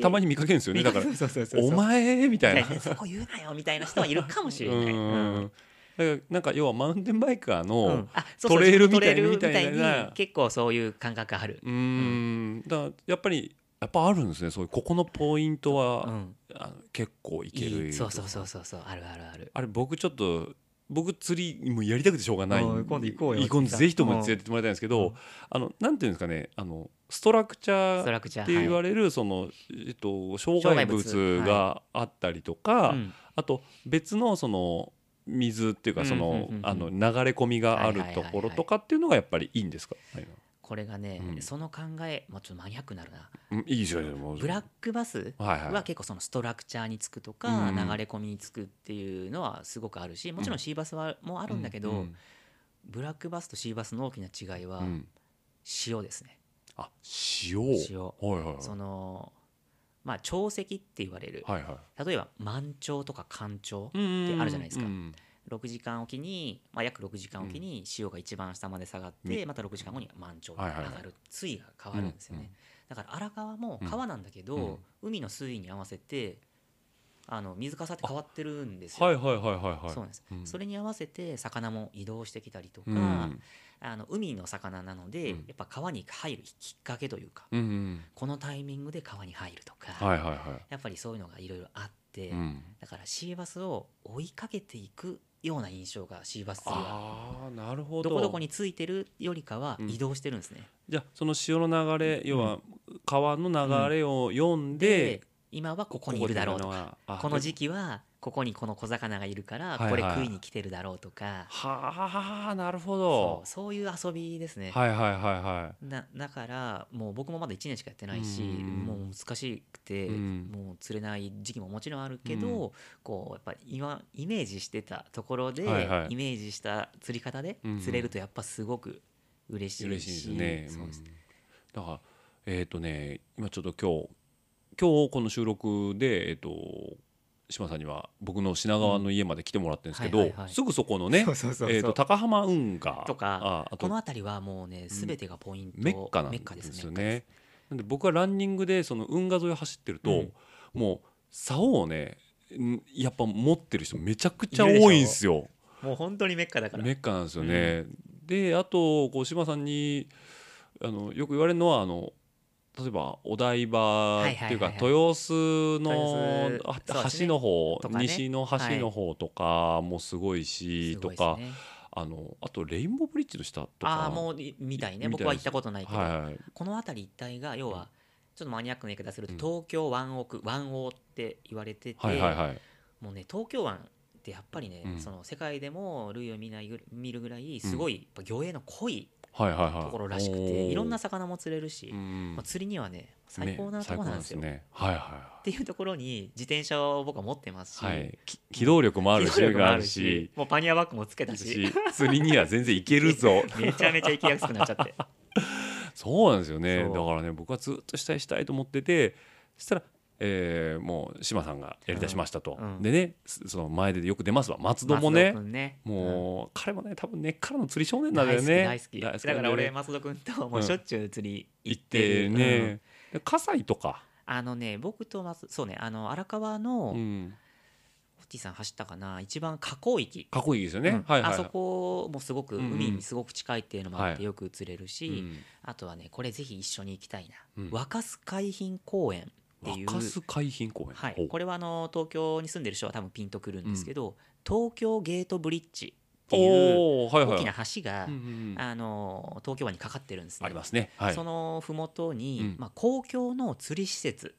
たまに見かけるんですよねだから
そうそうそう
「お前」みたいな。
そう そこ言うなよみたいな人はいる かもしれ
う
ない。うん
んだからなんか要はマウンテンバイカー
う
の
んあそうそ
ト
う
レイルみたい
トレ
な
イル
みたいな
結構そういう感覚ある、
うーんだからやっぱりやっぱあるんですねそういうここのポイントは、
うん、
あの結構いける
いいそうそうそうそうそうあるあるある
あれ僕ちょっと僕釣りもうやりたくてしょうがない
おい今度行こうよ
今度ぜひとも
うん
連れてってもらいたいんですけど、
うん
あのなんていうんですかねあのストラクチャ
スト
ーっ
ラクチャー
て言
は
われるその、えっと、障害
障害
物
物
があったりとか、
いうん
あと別のその水っていうかその,、
うんうんうんうん
あの流れ込みがあるところとかっていうのがやっぱりいいんですか、はい
これがね、
うん
その考えもうちょっとマニアックになるな
うんいいですよねもう
ブラックバス
はいはい、
は結構そのストラクチャーにつくとか、
うん
流れ込みにつくっていうのはすごくあるしもちろんシーバスはもうあ
あ
るんだけど、ブラックバスとシーバスの大きな違いは塩ですね、
あ塩
塩
はいはいはい
そのまあ潮汐って言われる、
はいは
例えば満潮とか干潮、
い
ってあるじゃないですか
うん
6時間おきに、まあ、約6時間おきに潮が一番下まで下がって、また6時間後に満潮が上がる、
はいはい
水位が変わるんですよね、
うんうん
だから荒川も
うん
川なんだけど、
うん
海の水位に合わせてあの水かさって変わってるんですよ、
はいはいはいはいはい
そうなんです、
うん
それに合わせて魚も移動してきたりと
う
か、
ん
あの海の魚なので、
うん
やっぱ川に入るきっかけというか、
うんうん
このタイミングで川に入るとか、
はいはいは
やっぱりそういうのがいろいろあって、
いうん
だからシーバスを追いかけていくような印象がシーバスツーは
ああなるほど
どこどこについてるよりかは
うん
移動してるんですね。
じゃあその潮の流れ要は川の流れを読んで
で今はここにいるだろうとか
か
この時期はここにこの小魚がいるから
はい
こ
はい
れ食いに来てるだろうとか
はあなるほ
そ
ど
うそういう遊びですね。
はいはいはいは
だだからもう僕もまだ1年しかやってないし
うん
もう難しくて
うん
もう釣れない時期ももちろんあるけどこうやっぱ今イメージしてたところでイ
はいはい
メージした釣り方で
うんうん
釣れるとやっぱすごく嬉し
い
い
嬉しいです
そう
ね
です
うんだからえっとね今ちょっと今日今日この収録でえっと島さんには僕の品川の家まで来てもらってるんですけ
うんは
ど
いはいはい
すぐそこのね
そうそうそうそう
えー、と高浜運河
とか
ああと
この辺りはもうね全てがポイント、
メッカなん
メ
で
ッカです
すよ
ね
ね。なんで僕はランニングでその運河沿いを走ってると、
うん
もう竿をねんやっぱ持ってる人めちゃくちゃ多いんですよ。
もう本当にメッカだから
メッカなんですよね。であとこう島さんにあのよく言われるのはあの例えばお台場
は
っ
いはいはいはい
ていうか豊洲の
豊洲
あ
そうです
橋
ね
の方、
とかね
西の橋の方とかもすごいし、
すご
と
いです
か、
ね
あのあとレインボーブリッジの下とか
ああもういみたい
みた
ね
いです
僕は行ったことないけど、
はいはい、
この辺り一帯が要はちょっとマニアックな言い方すると
うん
東京湾奥湾王って言われてて、
はいはいはい。
もうね東京湾ってやっぱりね、
うん
その世界でも類を見ないぐ見るぐらいすごいやっぱ魚影の濃い
はいはいはい。
ところらしくて、い、ろんな魚も釣れるし、
うん
まあ、釣りにはね最高な
ね
とこなんですよ、
最高ねはいは
っていうところに自転車を僕は持ってますし、
いはい。はい。き機動力もある
機動
し、
力も
があるし、
もうパニアバッグもつけたし
し釣りには全然いけるぞ。
めちゃめちゃ行きやすくなっちゃって
そうなんですよね。
そ
だ
う
からね、僕はずっとしたいしたいと思ってて、そしたら。えーもう志麻さんがやりだしましたと、
うんうん
でねすその前でよく出ますわ松戸もね
松戸君ねうん
もう、彼もね多分根っからの釣り少年 なんだ
大
よ
好き
ね
大好きだから俺松戸君ともうしょっちゅう釣り
行
行
っ
って
て
る
ね、で葛西とか、
あのね僕と松そうねあの荒川の
う
ホッ
ん、
ティさん走ったかな一番河口域
かっこいいですよね、
うん
はいはい、
あそこもすごく
うんうん
海にすごく近いっていうのもあっ
は
て
い
よく釣れる
う
し
ん、
あとはねこれぜひ一緒に行きたい
うん
な若洲海浜公園っていう
若洲海浜公園、
はい
ほう、
これはあの東京に住んでる人は多分ピンとくるんですけど、東京ゲートブリッジっていう
おーはいはい
大きな橋が、
うんうんうん
あの東京湾にかかってるんですね。
ありますね、はい、
そのふもとに、
うん
まあ、公共の釣り施設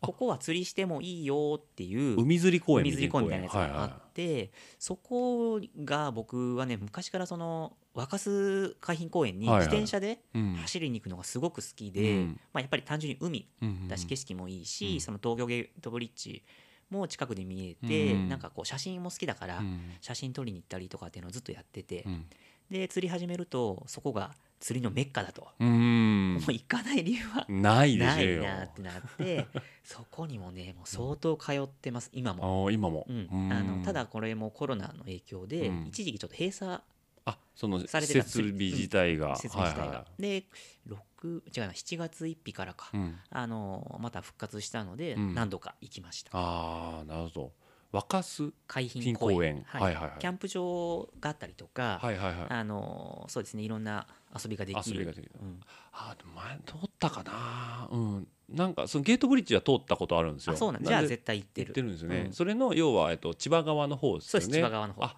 あ
ここは釣りしてもいいよっていう
海釣り公園
海釣り公園みたいなやつ
はい
があ
は
って、そこが僕はね昔からその若洲海浜公園に
はいは
自
い
転車で
いうん
走りに行くのがすごく好きで、
うん
まあ、やっぱり単純に海
うんうん
だし景色もいいし、
うん
その東京ゲートブリッジも近くで見えて、
うん
なんかこう写真も好きだから、
うん
写真撮りに行ったりとかっていうのをずっとやってて、
うん
で釣り始めるとそこが釣りのメッカだと、
うん
もう行かない理由は
ないで
な
しょ
いう
よ
なってなってそこにもねもう相当通ってます今も、
ああ今も、
うん
うん
あのただこれもコロナの影響で、
うん
一時期ちょっと閉鎖
あその
され
設
てた
備自体が、
設備自体が、
はいは
で六違うな7月1日からか、
いうん、
あのまた復活したので、
うん
何度か行きました
ああなるほど若洲
海浜
浜
公園
公園
はい
はいはいはい
キャンプ場があったりとか、
はいはいはい
あのそうですねいろんな遊びができ
遊びが
る
できる
うん
あでも前通ったかなうんなんかそのゲートブリッジは通ったことあるんですよ
あそうなんじゃあ
で
絶対行って
行っ
る
てるんですよね、
うん
それの要は、えっと、千葉側の方です
そ
よね
うです千葉側の方
あ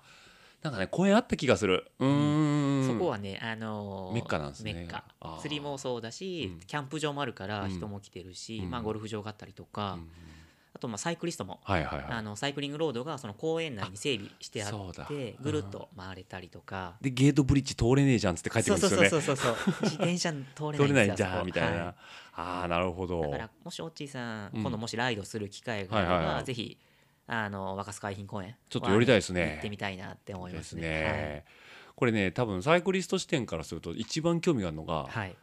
なんかね公園あった気がするうーん
そこはね、あのー
メッカなんですね
メッカ
あー
釣りもそうだし、
うん
キャンプ場もあるから
うん
人も来てるし、
うん
まあ、ゴルフ場があったりとか、
うん
あとまあサイクリストも、
はいはいは
あ
い
のサイクリングロードがその公園内に整備してあ
あそう
っ
だ
てぐるっと回れたりとか、
でゲートブリッジ通れねえじゃんっつって帰ってく
そう
るんで
そう
すよ
そう
ね
そうそうそう自転車通れない
通れないんじゃ
あそこ
んみたいな、
は
ああなるほど
だからもしオッチーさん、
うん
今度もしライドする機会があれば、
はいはいはい
ぜひあの若洲海浜公園
ちょっと寄りたいですね
は行ってみたいなって思い
で
ますすね
ね、これね多分サイクリスト視点からすると一番興味があるのが、
はい、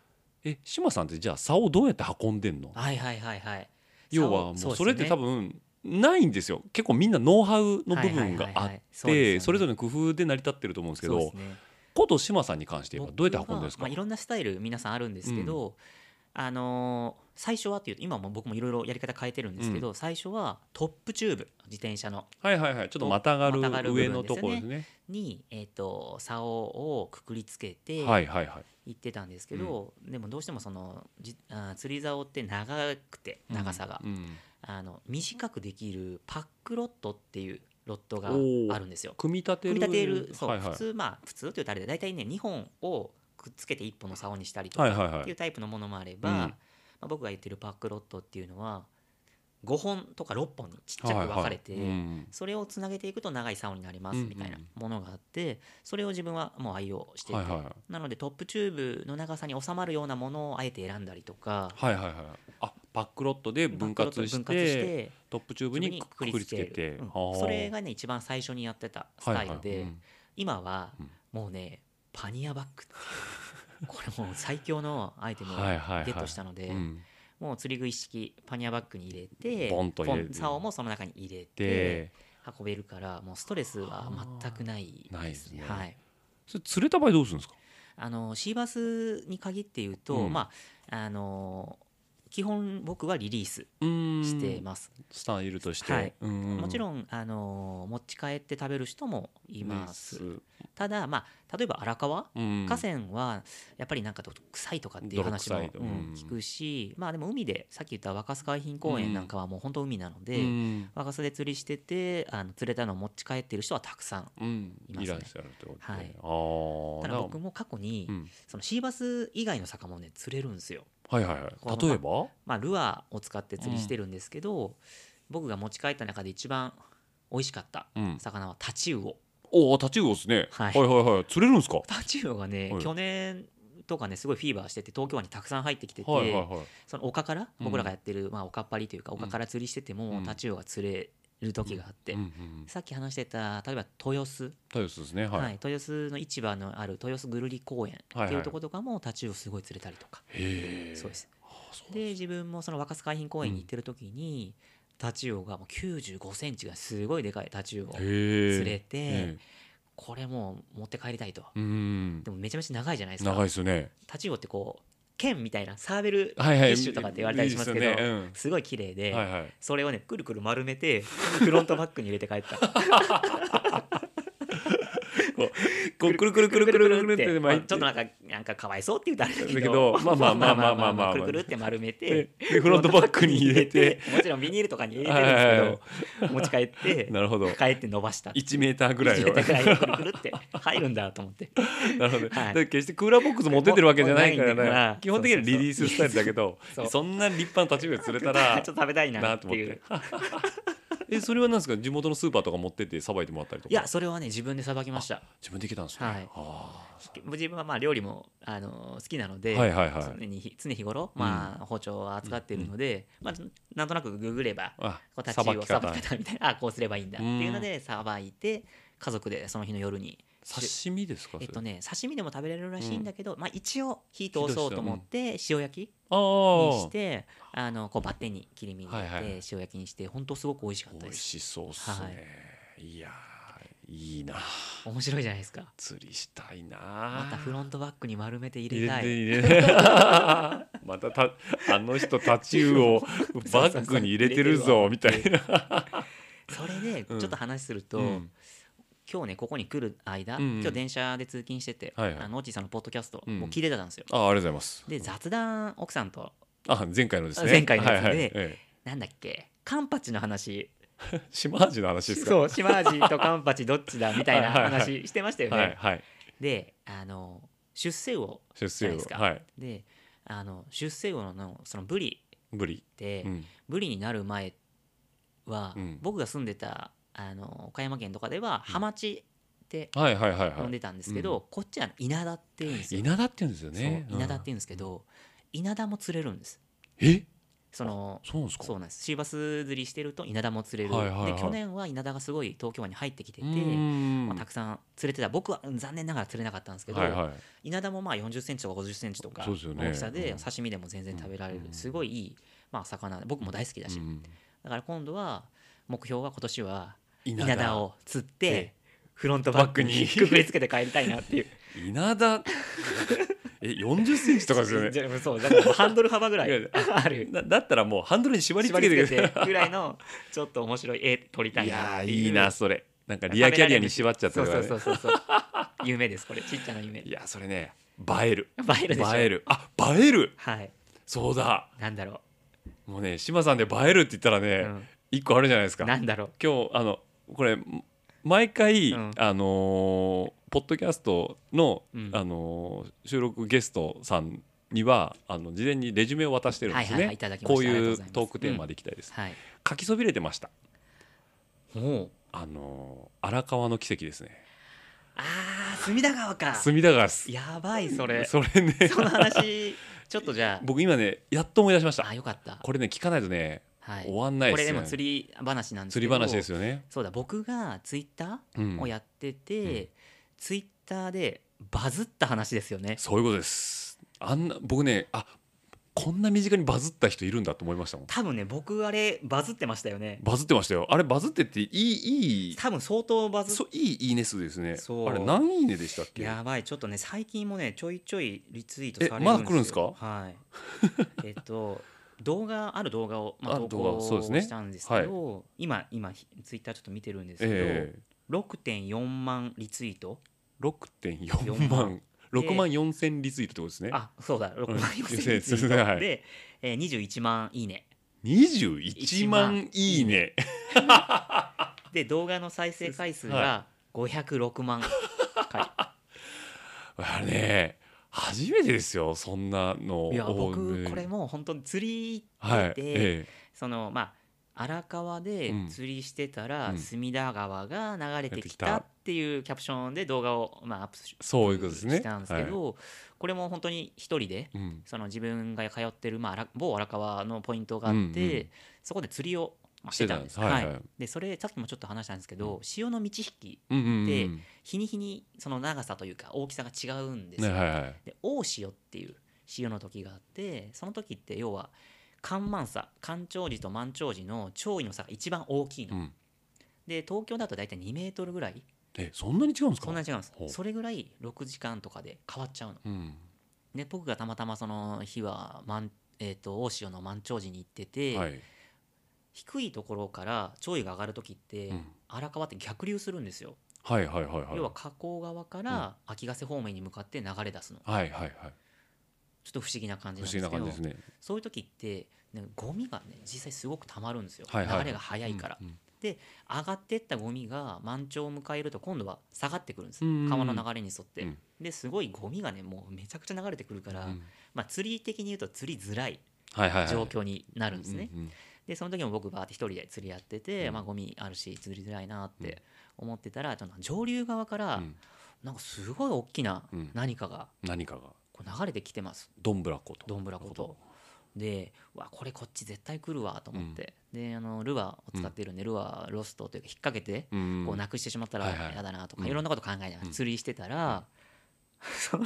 え志麻さんってじゃあ竿どうやって運んでんの
はい、はいはいはいはい
要はもうそれって多
分
分ないんですよ結構みんなノウハウの部分が
は
あ
いはいはいはい
っ
そうですよ
て
ね
それぞれの工夫で成り立ってると思うんですけ
そうで
ど
すね
こと志麻さんに関して言えばどうやって運んでるんです
僕はま
か
あ、いろんなスタイル皆さんあるんですけど、あのー最初はっていうと今も僕もいろいろやり方変えてるんですけど、最初はトップチューブ自転車の
はいはいはいちょっとまたが
またがる
る
部分
上のところですね
に、えー、と竿をくくりつけて
は
行
いはいはい
ってたんですけど、でもどうしてもそのじあー釣り竿って長くて長さが、
うん
あの短くできるパックロットっていうロットがあるんですよ。
組み立てる
組み立てるそう、
はいはい
普通まあ普通って言うとあれで大体ね2本をくっつけて1本の竿にしたりとか
はいはいは
っていう
い
タイプのものもあれば、
うん
まあ、僕が言ってるパックロットっていうのは5本とか6本にちっちゃく分かれて、
はいはいうん
それをつなげていくと長い竿になります
うんうん
みたいなものがあってそれを自分はもう愛用してて、
はいはい
なのでトップチューブの長さに収まるようなものをあえて選んだりとか
はいはいはいあパックロットで分
パックロ
割
ット
し
分割して
てトップチューブ
自分
に
に
くくりつけて
うん
あー
それがね一番最初にやってたスタイルで、
はいはいうん
今は
うん
もうねパニアバッグっていうこれもう最強のアイテムをゲ
はいはいはい
ットしたので。
うん
もう釣り具一式パニアバッグに入れて
ボンと入れて
ポン竿もその中に入れて
で
運べるからもうストレスは全くない
あーないですね
はい、
それ釣れた場合どうするんですか
あのシーバスに限って言うと、
うん
まああの基本僕はリリース
し
してます、
スタイルとして、
はいも
も
ち
ん
ろんあの持ち帰って食べる人もいます、
ね
ただまあ例えば荒川
うん
河川はやっぱりなんかと臭いとかっていう話も
泥臭いと
うん
うん
聞くし、まあでも海でさっき言った若洲海浜公園なんかはもう本当海なので、
うん
若さで釣りしててあの釣れたのを持ち帰ってる人はたくさん
うん
い
い
ますね
らっしゃるってことで、
はい
ああ
ただ僕も過去に、
うん、
そのシーバス以外の魚もね釣れるんですよ、
はいはい
こ
は
の
い例えば
まあ、ルアーを使って釣りしてるんですけど、僕が持ち帰った中で一番美味しかった
うん
魚はタチウオ
おおタチウオですね、
は
はいい、はいはい釣れるんですかは
タチウオがね、
はい
去年とかねすごいフィーバーしてて東京湾にたくさん入ってきてて、
いはいはい
その丘から
うん
僕らがやってる、まあ、丘っぱりというか
ん
丘から釣りしてても、
うん
タチウオが釣れる時があって、
うんうん、
さっき話してた例えば豊洲
タイウオですねは、
はいい、豊洲の市場のある豊洲ぐるり公園
はいはい
っていうところとかもタチウオすごい釣れたりとか、
へえ
そうです
あそう
で自分もその若洲海浜公園に行ってる時に、タチウオがもう9 5センチがすごいでかいタチウオを
へえ
釣れて、
ええ
これもう持って帰りたいと、
うん
でもめちゃめちゃ長いじゃないです
長い
か
ですよね
タチウオってこう剣みたいなサーベルフ
はいはい
ィッシュとかって言われたりしますけど、
いいですよねうん
すごい綺麗で、
はいはい
それをねくるくる丸めてフロントバッグに入れて帰った
こうくるくるくるくるくるくるって
まあ
巻い
ち
て
ょっとなんかなんかかわいそうって言うとあれだけ
だけ
ど
どまあまあまあまあまあまあ
くるくるって丸めて
ででフロントバッグに入れて
もちろんビニールとかに入れてるんですけど持ち帰って
なるほど
抱えて伸ばした
1メーターぐらい
1メ
を
ーターぐらいくるくるって入るんだと思って
なるほど、だ
はい
から決してクーラーボックス持ってってるわけじゃない から
ないんだから
ね基本的にはリリーススタイルだけど
そ
そうんな立派な立場で釣れた
ちょっ
ら
と食べたい
な
なっ
と
て
思っ
い
て
う
えそれはなんですか地元のスーパーとか持ってってさばいてもらったりとか
いやそれはね自分でさばきました
自分で行けたんですね、
はい
あー
自分はまあ料理も、あの好きなので、
はいはいはい
常に常日頃、まあ、包丁を扱っているので、まあ、なんとなくググれば
あ
こう立ち
さば
を
き
さば
方
き方みたいなあこうすればいいんだっていうのでさばいて家族でその日の夜に
刺身ですかそれ
えっとね刺身でも食べれるらしいんだけど、まあ、一応火通そうと思って塩焼き
あ
にし
あ
てあのこうバッテンに切り身に入れて
はいはい
塩焼きにして本当すごく美味しかった
美
で
味
す
しそうっすね、、
はい
やーいいな
面白いじゃないですか
釣りしたいな
またフ
ン
ロントバッグに丸めて入
入
れ
れ
たい
て 入れてまたたあの人タチウオバッグに入れてるぞみたいな
それでちょ
うん
っと話すると、
うん
今日ねここに来る間、
うんうん
今日電車で通勤してて、
はいはい
あのおじいさんのポッドキャスト
うん
もう聞いてたんですよ、
あありがとうございます
で雑談奥さんと
あ前回のですね
前回のやつで
はいはいえ
なんだっけカンパチの話
え島味の話ですか
そうシマージとカンパチどっちだみたいな
はいはいはい
話してましたよね、
はいはい
であの出世魚
出
じゃない
世
です
魚
か
はい
であの出世魚のそのブリ
ブリ
って、
うん
ブリになる前は、
うん
僕が住んでたあの岡山県とかではハマチって
はいはいはい
呼ん
は
で
い
たんですけど、こっちは稲田っていうんですよ
稲田って言うんですよね
そう稲田って言うんですけど、稲田も釣れるんです
うんえ
その
そうなんですか
そうなんですシーバス釣りしてると稲田も釣れる、
はいはいはい
で去年は稲田がすごい東京湾に入ってきてて、
うーん
まあ、たくさん釣れてた僕はうん残念ながら釣れなかったんですけど、
はいはい
稲田もまあ4 0センチとか5 0センチとか
そうですよね
大きさ
う
で
ん
刺身でも全然食べられる、
うん
すごいいい、まあ、魚で僕も大好きだし、
うん
だから今度は目標は今年は
稲
稲田を釣って、
え
フロントバッグ
バッグ
に
に
くくりつけて帰りたいな っていう
稲田え四十センチとかですよね。
じゃそうだからもうハンドル幅ぐら
いや
いある
だだったらもうハンドルに縛り付
縛
け
り
てく
付け
ださ
てぐらいのちょっと面白い絵撮りた
い。
い
い
な
や
っ
ー
ていう
いいなそれ。なんか
食べ
リ
られ
ア
る
キャリアに縛っちゃった
そ
と
う
か
そ
ね
うそうそうそう夢ですこれちっちゃな夢
い
映
やそれね映える。
えるでしょ
映える。あ映える。
はい
そうだ。
なんだろ
もうね島さんで映えるって言ったら
う、う
ね
ん
一、個あるじゃないですか。
な
今
んだろう
日あのこれ毎回、
うん
あのーポッドキャストの、
うん
あのー収録ゲストさんにはあの事前にレジュメを渡してるんですね。
はいはいはいいただきました
こう
ありがと
いうう
ございます
トークテーマでいきたいです。
はい
書きそびれてました。
もう
あのー荒川の奇跡ですね。
あー隅田川か
隅田川です。
やばいそ れそ
それね。
の話ちょっとじゃあ
僕今ねやっと思い出しました
あ。よかった
これね聞かないとね
はい
終わんない
こ
で
れ
す
で
よ
も
ね。
釣り話なんです
釣
け
り
ど
話ですよね。
そうだ僕がツイッタ
う
ー
ん
を。やってて、
うん
ツイッターでバズった話ですよね
そういうことです。あんな僕ねあこんな身近にバズった人いるんだと思いましたもん。
多分ね僕あれバズってましたよね
バズってましたよ。あれバズってっていいいい
多分相当バズっ
そういいいいね数ですね
そう。
あれ何いいねでしたっけ？
やばいちょっとね最近もねちょいちょいリツイートされるんですよ
えまだ来るんですか
はい えっと動画ある動画を、まあ、
あ
投
動
稿
画そうですね
したんですけど今今ツイッターちょっと見てるんですけど、
ええ
6.4万リツイート
六点四
4
万
万
六万四千リツイートってことですね。
あそうだ6万4千リツ イ
そうです
ー
ねは
ト
い
で、えー、21万いいね
二十一万いいね。
で動画の再生回数が
は
506万回、
あれね初めてですよそんなの
い、や僕
ね
これも本当に釣り
はい
行って、
え
そのまあ荒川で
うん
釣りしてたら、
うん
隅田川が流れて
やっ
きた
てきた
っていうキャプションで動画を、まあ、アップし
そういうことですね
したんですけど、これも本当に一人で
えうん、
その自分が通ってる、まあ、荒某荒川のポイントがあって、
うんうん
そこで釣りを、まあ、
し
してて
た
た
んで
んですす。
は
はいい
はい
でそれさっきもちょっと話したんですけど、潮の満ち引き
うんうんうん
で日に日にその長さというか大きさが違うんです
ね
よ。
はいはい
で大潮っていう潮の時があってその時って要は干満差干潮時と満潮時の潮位の差が一番大きいの、
うん
で東京だと大体2メートルぐらい
えそんなに違うんですか
そんなに違うんです
ほう
それぐらい6時間とかで変わっちゃうの
うん
で僕がたまたまその日は満、えー、と大潮の満潮時に行ってて、
はい
低いところから潮位が上がる時って、
うん
荒川って逆流するんですよ、
はいはいはいはい
要は河口側から秋ヶ瀬方面に向かって流れ出すの
はいはいはい
ちょっと不思議な感
不
じなん
思
です
議
けど
な感じですね
そういう時って、ね、ゴミがね実際すごく溜まるんですよ、
はいはい
流れが速いから、
うんうん
上がってったゴミが満潮を迎えると今度は下がってくるんです
うんうん
川の流れに沿って、
うん
ですごいゴミがねもうめちゃくちゃ流れてくるから、
うん
まあ、釣り的に言うと釣りづらい
はいはいはい
状況になるんですね、
うんうん
でその時も僕バーって一人で釣りやってて、
うん
まあゴミあるし釣りづらいなって思ってたら、ちょっと上流側から、
うん
なんかすごい大きな
うん
何かが
何かが
こう流れてきてます
どんぶらこと
どんぶらこと。でうわこれこっち絶対来るわと思って、であのルアーを使ってるんで、ルアーロストというか引っ掛けて
うん
こうなくしてしまったら
はいはい
嫌だなとか、
うん
いろんなこと考えながら
うん
釣りしてたら、 その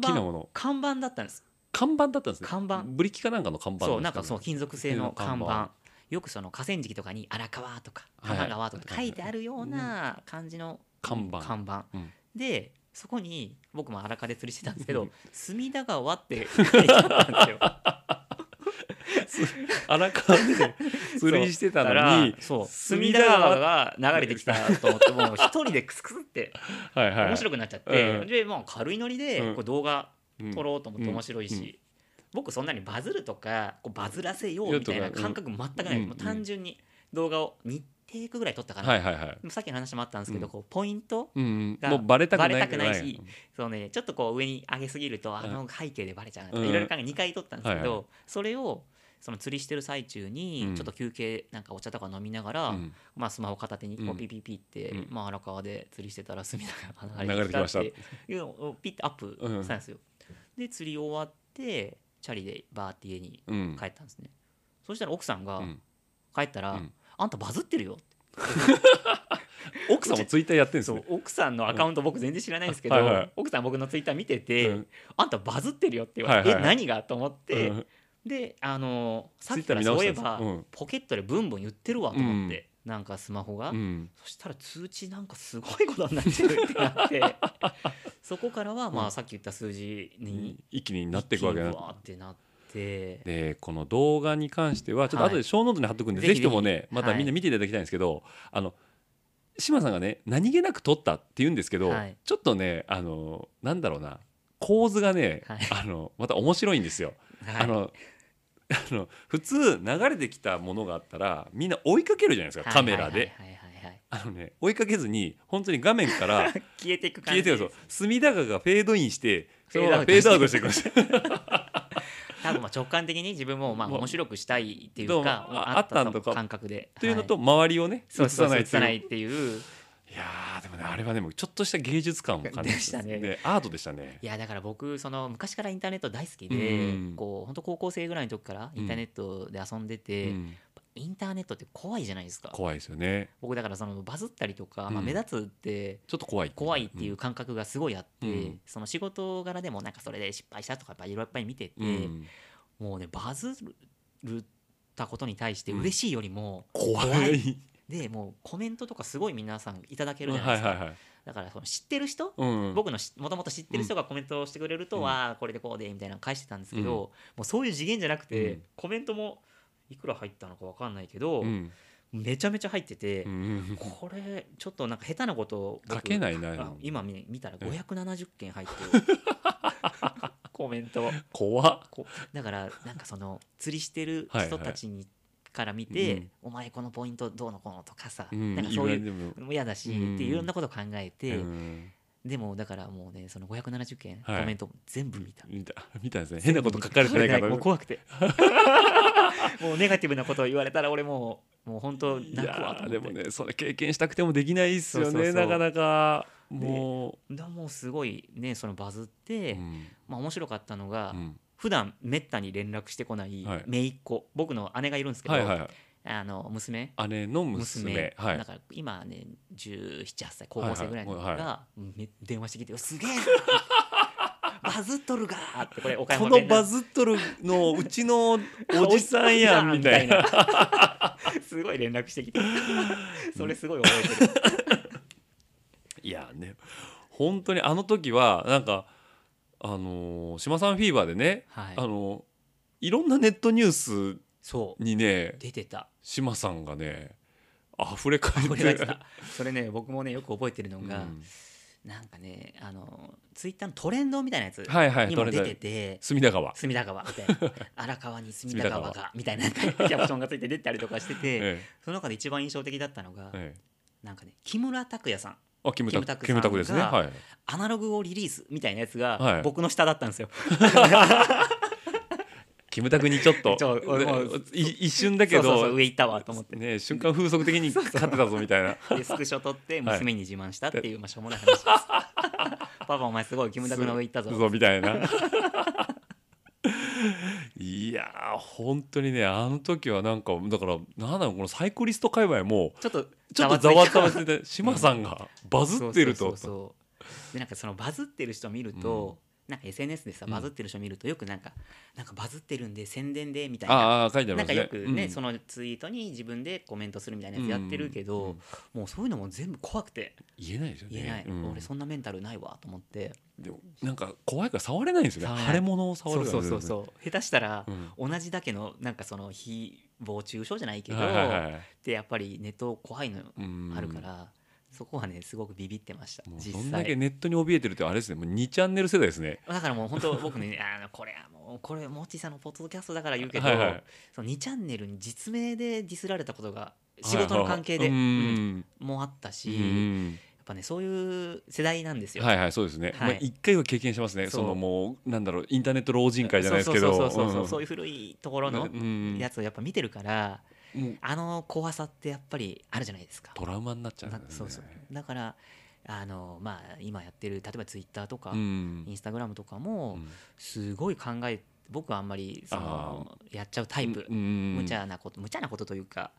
大
板
きなもの
看板だった んです
看板だったんですね
看板
ブリキかなんかの看板
そう
で
な
す
んかそう
ね
金属製の看
金
板
属 看
よくその河川敷とかに荒川とか
はい
多摩川とか
はい
書いてあるような感じの
看板
看板、
うん
でそこに僕も荒川で釣りしてたんですけど「隅田 川」って書いてあったんですよ。
荒川 で釣りしてたのに
そう
隅
隅
田
田
川
川が流れてきたと思ってもう一人でクスクスって
はい はい
面白くなっちゃって、
うん
でまあ軽いノリで
うん
こう動画
うん
撮ろうと思って
うん
面白いし、
うん
僕そんなにバズるとかこうバズらせようみたいな感覚全くない、
うん
もう単純に動画を2テイクぐらい撮ったかな、
はいはいはい
でもさっきの話もあったんですけど、
うん
こうポイント
うんうん
が
もうバレたくない
バレたくないし
うん
そう、ね、ちょっとこう上に上げすぎるとあ
い
の背景でバレちゃうなとか
うん
いろいろ考え2回撮ったんですけど、
はい
それをその釣りしてる最中に
うん
ちょっと休憩なんかお茶とか飲みながら、
うん
まあ、スマホ片手にこ
う
うんピピピって、
うん
まあ、荒川で釣りしてたら隅田川
流れてきました
っていうのをピッてアップしたんですよ、で釣り終わってチャリでバーって家に
うん
帰ったんですね、そしたら奥さんが
うん
帰ったら
う
「
ん
あんたバズってるよ」って
奥さんもツイッターやってるんです
そ
ね
う奥さんのアカウント僕全然知らないんですけど、
はいはい
奥さん僕のツイッター見てて「
うん
あんたバズってるよ」って言われて「
はいはい
え何が?」と思って、
うん
であのーさっき
ツイ
か
ッター見直
らそうい
し
え
たん
ば、
ですうん
ポケットでブンブン言ってるわと思って、なんかスマホが。
うん
そしたら通知なんかすごいことになってるってなって そこからはま
うん
あさっき言った数字に
一気になっていくわけな
だってなって
でこの動画に関してはちょっと
はい
後で小ノートに貼っとくんで、
ぜ
ぜ
ひ
ひともねまた
はい
みんな見ていただきたいんですけど、あの志麻さんがね何気なく撮ったって言うんですけど、
はい
ちょっとねあのなんだろうな構図がね、
はい
あのまた面白いんですよ。
はい
あのあの普通流れてきたものがあったらみんな追いかけるじゃないですかカメラで。
はいはいはいはいはい
あのね追いかけずに本当に画面から
消えていく 感
消え
じ
てるそう隅田川がフェードインしてそのままフ
フ
ェ
ェ
ー
ー
ド
ド
アウ
アウ
ト
ト
していくんですよ
多分まあ直感的に自分もまあ
もう
面白くしたいっていうか
どうもあ
まああっ
あ
た
ったんと
と
か
感覚で
というのと
は
周りをね
そうそうそう
映
映
さ
さ
な
ないい
っ
って
いう
ていう
いやーでもねあれはねもうちょっとした芸術感を感じ
でしたね
アートでしたね
いやだから僕その昔からインターネット大好き
うん
でこう本当高校生ぐらいの時からインターネットで遊んでて、
う
やっ
ん
ぱインターネットって怖いじゃないですか
怖いですよね
僕だからそのバズったりとか、
う
まあ、
ん
目立つって
ちょっと怖い
怖いっていう感覚がすごいあって、
うん
その仕事柄でもなんかそれで失敗したとかやっぱいろいろいっぱい見てて、
うんうん
もうねバズるたことに対して嬉しいよりも、
怖い
怖いでもうコメントとかすごい皆さんいただける
うん
じゃな
はい
いですか、
はいはい
だからその知ってる人、
うん
僕のもともと知ってる人がコメントをしてくれると、
うん
わあこれでこうでみたいなの返してたんですけ
う
ど、
ん
もうそういう次元じゃなくて、
うん
コメントもいくら入ったのか分かんないけど、
うん
めちゃめちゃ入ってて、
うん
これちょっとなんか下手なことを僕
書けないな
あ今見見たら570件入って るコメント
怖っ
こだからなんかその釣りしてる
はい
人たちにから見て、
うん
お前このポイントどうのこうのとかさ、
うん
なんかそういう
言われても
のも嫌だし、
うん
っていろんなこと考えて、
うん
でもだからもうねその570件コ
はい
メント全部見た、
見た見たんですね変なこと書かれてないから
もう怖くて もうネガティブなことを言われたら俺もうもう本当
い
泣くわ
やー
と思
で
って
もねそれ経験したくてもできないですよ
そうそ
ね
うそ
な
う
かなかも
だもうすごいねそのバズっ
う
て、
うん
まあ面白かったのが、
うん
普段めったに連絡してこない
はい
姪っ子、僕の姉がいるんですけど、
はいは
あの娘
い姉の娘はい
だから今ね178歳高校生ぐらいの子
はいはい
がめ電話してきて「すげえなバズっとるが!」ってこれ岡
こ
山
の
弁な
バ
んです
ズっとるのうちのおじさんやんみたいな
すごい連絡してきてそれすごい覚えてる
いやね本当にあの時はなんかあのー島さんフィーバーでね、
はい
い、あのいろんなネットニュース
そう
にね
出てた
島さんがね溢れ返
こ
っ
れが
て
出てたそれね僕もねよく覚えてるの
うん
が、なんかねあのツイッターのトレンドみたいなやつ
はいはい
にも
トレン
出
ド
てて
隅田川、
隅田川みたいな荒川に隅田川
隅田
がみたいなキャプションがついて出てたりとかしてて、
え
その中で一番印象的だったのが、
えええ、
なんかね木村拓哉さん
あキムタ
キムタ
ク
ク
キムタクですね
さんが
はい
アナログをリリースみたいなやつ
はい
が僕の下だったんですよ、
キムタクに ちょっと
ちょ俺も
い一瞬だけど
そうそうそう上行ったわと思 って
ね、瞬間風速的に勝ってたぞみたいな
でスクショ撮って娘に自慢したっていう、まあ、しょうもない話です パパお前すごいキムタクの上行ったぞ
そうみたいないやー本当にねあの時はなんかだからなんだろうこのサイクリスト界隈も
ちょっと
ちょっとざわざわ
ついた
してて島さんがバズってる
そう
と
そうそうそうでなんかそのバズってる人見ると、なんか SNS でさ
うん
バズってる人見るとよくなんか、なんかバズってるんで宣伝でみたいな
ああ書いてあり
な
ま
ん
す
か
ね
よくね、
うん
そのツイートに自分でコメントするみたいなやつやってるけど、
うんうん
もうそういうのも全部怖くて
言えないですよね
言えない、
うん
俺そんなメンタルないわと思って
でもなんか怖いから触れないんですよね
触れない
腫れ物を触
そ
る
う
から
そうそう
う
そう下手したら、
ん
同じだけのなんかその誹謗中傷じゃないけど、
はいはいはい
でやっぱりネット怖いの
うん
あるから、そこはねすごくビビってました
もうそ
実
んだけ
際
ネットに怯えてるってあれですねもう2チャンネル世代ですね
だからもう本当僕ね あのこれはもうこれモッチーさんのポッドキャストだから言うけど、
はいはい
その2チャンネルに実名でディスられたことが仕事の関係で、
はいはいはいうん
もうあったし、
うん
やっぱねそういう世代なんですよ。
はいはいそうですね、
はい
まあ、一回は経験しますね
そう
そのもうなんだろうインターネット老人会じゃないですけど
そうそうそうそうそううそういう古いところの
ん
やつをやっぱ見てるから、
うんもう
あの怖さってやっぱりあるじゃないですか。
トラウマになっちゃうん
な
だよね
そうそうだからあの、まあ、今やってる例えばツイッターとか、
うん
インスタグラムとか
う
も
ん
すごい考え僕はあんまりそのやっちゃうタイプ、
うんうん
無茶なこと無茶なことというか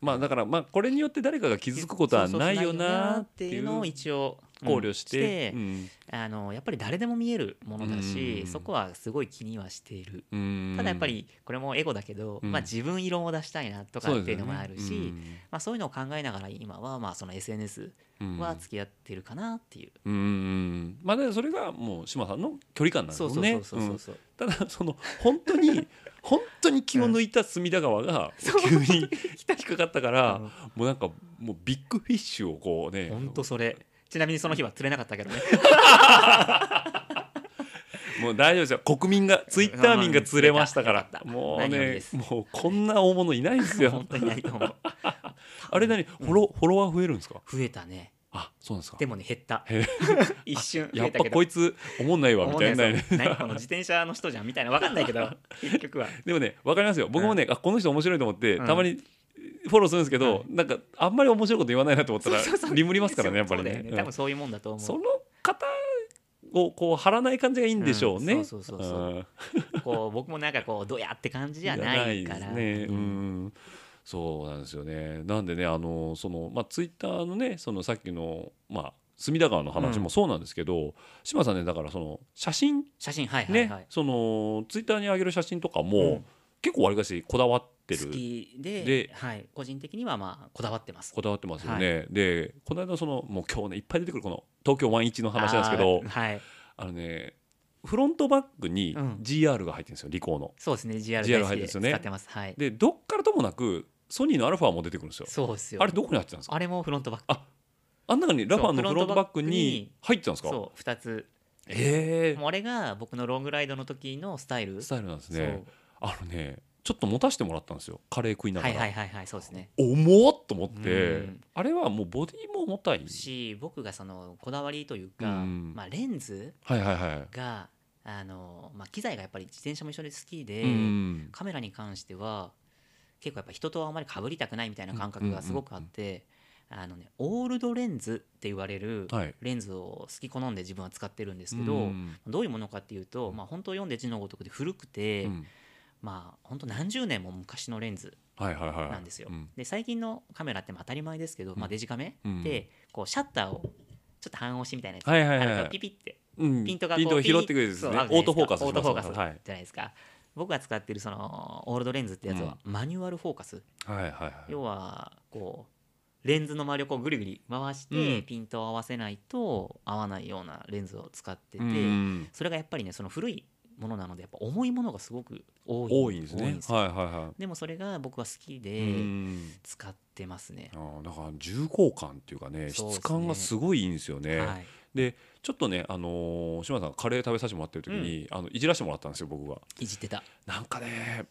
まあだからまあこれによって誰かが傷つくことは
そうそうそう
ないよなっていう
の
の
を
を
一応
考慮し
うん
て、うん
あのやっぱり誰でも見えるものだし、
うん
そこはすごい気にはしている。
うん
ただやっぱりこれもエゴだけど、
うん
まあ、自分色を出したいなとかっていうのもあるし、
そうですよね
まあ、そういうのを考えながら今はまあその SNS
うん
は付き合ってるかなっていう、
うんうんまあだからそれがもう島さんの距離感なんです
そ
よ
うそう
ね
そうそうそうそう、
ただその本当に本当に気を抜いた隅田川が急に引っかかったから
うん
もうなんかもうビッグフィッシュをこうね
ほんとそれちなみにその日は釣れなかったけどね
もう大丈夫ですよ国民がツイッター民が釣れましたから
うん
もう
何より
ね
です
もうこんな大物いないんですよ
本当にないと思う
あれ何フォロフォロワー増えるんですか
増えたね
あそうなんですか
でもね減った
へえ
一瞬増
やっ
えた
ぱ
けど
こいつおもんないわみ
思ん
た
ない
な
いで
ね
すよ何この自転車の人じゃんみたいな分かんないけど結局は
でもね分かりますよ僕もね、あこの人面白いと思って、
うん
たまにフォローするんですけど、なんかあんまり面白いこと言わないなと思ったら
そうそうそう
リムりますからねやっぱりね
そうだよ
うん
多分そういうもんだと思
そうの方をこう張らない感じがいいんでしょうね、
うんそうそうそうそ
ん
こう僕もなんかこうどやって感じじゃないから
ですねう
うん
んそうなんですよねなんでねあのそのまあツイッターのねそのさっきのまあ隅田川の話もそうなんですけど、島さんねだからその写真
写真はいは
ね、
いはい、
そのツイッターに上げる写真とかも、
うん
結構わりかしこだわって
好
る
きで
で
はい、個人的にはまあこだわってます
こだわってますよね、でこの間そのもう今日ねいっぱい出てくるこの東京ワンイチの話なんですけど
あーはい
あのねフロントバッグに
うん
GR が入ってるんですよリコーの。
そうですね GR 大
GR 入っ
好き
てるん
で
です
使
よね
ってますはい
でどっからともなくソニーのアルファも出てくるんですよ。
そうですよ
あれどこに入ってたんですか
あれもフロントバック
ああん中にラファの
そう
フロントバッグに入ってたんですか
そう2つ
ええ
もうあれが僕のロングライドの時のスタイル
スタイルなんです
そう
ねあのねちょっと持たせてもらったんですよカレー食いなが
は
ら、
いはいはいはいそうですね
重っと思って
うん
あれはもうボディも重たい
し僕がそのこだわりという
う
か、
ん
まあ、レンズ
はいはいはい
があの、まあ、機材がやっぱり自転車も一緒で好きで、
うん
カメラに関しては結構やっぱ人とあまり被りたくないみたいな感覚がすごくあって、あのねオールドレンズって言われる
はい
レンズを好き好んで自分は使ってるんですけど、
うん
どういうものかっていうと、まあ、本当読んで字のごとくで古くて、
うん
まあ本当何十年も昔のレンズ
はいはいはい
なんですよ。
うん
で最近のカメラってまあ当たり前ですけど、まあ、デジカメ
うん
でこうシャッターをちょっと半押しみたいなやつ、
はいはい
あ
は
の
い
ピピって
うん
ピントがこ
ピ
う
ントを
ピ
拾ってくれるんです
そう
ね
あるじ
オ
ゃ
ートフォーカス
ないですかオートフォーカス
し
じ
ます
ゃ
は
ないですか、僕が使ってるそのオールドレンズってやつはマニュアルフォーカス、
はいはいはい
要はこうレンズの周りをこうぐりぐり回し
う
て
ん
ピントを合わせないと合わないようなレンズを使ってて、
うん
それがやっぱりねその古いものなのでやっぱ重いものがすごく多い
多いんです
多
ね
よ
はいはいは
でもそれが僕は好き
い
で
うん
使ってますね
あ、ーだから重厚感っていうかね
そうですね
質感がすごいいいんですよね、
はい、
でちょっとね、あのー島さんカレー食べさせてもらってる時に、あのいじらせてもらったんですよ僕が
いじってた
なんかね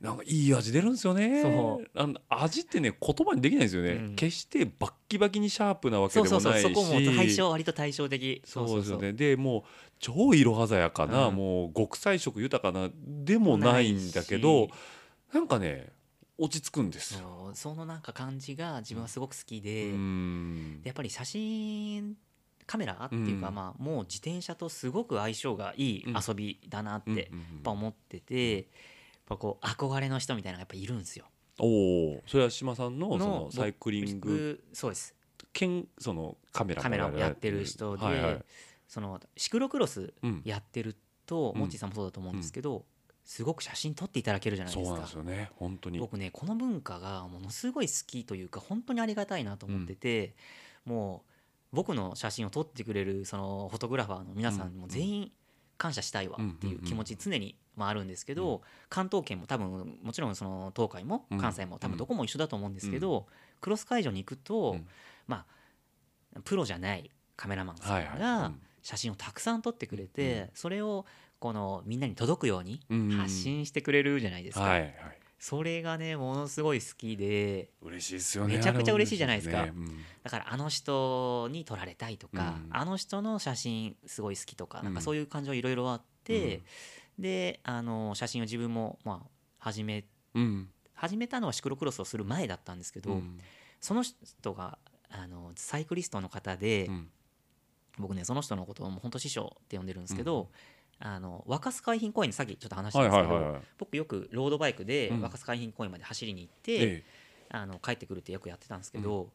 なんかいい味出るんですよね
そう
あの味ってね言葉にできないんですよね、
うん
決してバッキバキにシャープなわけ
そう
で
そ
も
うそう
ないし
そこも対照割と対照的
そうですよねでもう超色鮮やかな、
うん
もう極彩色豊かなでもないんだけ
ない
ど
し
なんかね落ち着くんですよ。
そうそのなんか感じが自分はすごく好き
う
で,、
ん
でやっぱり写真カメラっていうか、
うん
まあ、もう自転車とすごく相性がいい遊びだなって
うん
やっぱ思ってて、やっぱこう憧れの人みたいなのがやっぱいるんですよ。
おおそれは島さんのその
の
サイクリング
僕そうです
兼そのカメラ
カメラをやってる人で、
はいはい
そのシクロクロス
うん、
やってると、
うん
モッチーさんもそうだと思うんですけど、すごく写真撮っていただけるじゃない
そ
で
う
す
なん
か
ですよね本当に。
僕ねこの文化がものすごい好きというか本当にありがたいなと思ってて、もう僕の写真を撮ってくれるそのフォトグラファーの皆さんも全員感謝したいわっていう気持ち常にまああるんですけど、関東圏も多分もちろんその東海も
うん
関西も多分どこも一緒だと思うんですけど、クロス会場に行くと、
うん
まあプロじゃないカメラマンさ
はい
ん
は
が
い
写真をたくさん撮ってくれて、
う
それをこのみんなに届くように
うん
発信してくれるじゃないですか。
はいはい
それがねものすごい好きで
嬉しいですよね
めちゃくちゃ嬉しいじゃないですか
あれは嬉しいですね
だからあの人に撮られたいとか、
うん
あの人の写真すごい好きとか、なん
う
か
ん
そういう感情いろいろあって、であの写真を自分も、まあ、始め
うんうん
始めたのはシクロクロスをする前だったんですけど、
うん
その人があのサイクリストの方で、
うん
僕ねその人のことをもう本当師匠って呼んでるんですけど、あの若洲海浜公園にさっきちょっと話したん
はい
で
は
すけ
い
ど、
はいはい
僕よくロードバイクで
うん
若洲海浜公園まで走りに行って、
え
あの帰ってくるってよくやってたんですけど、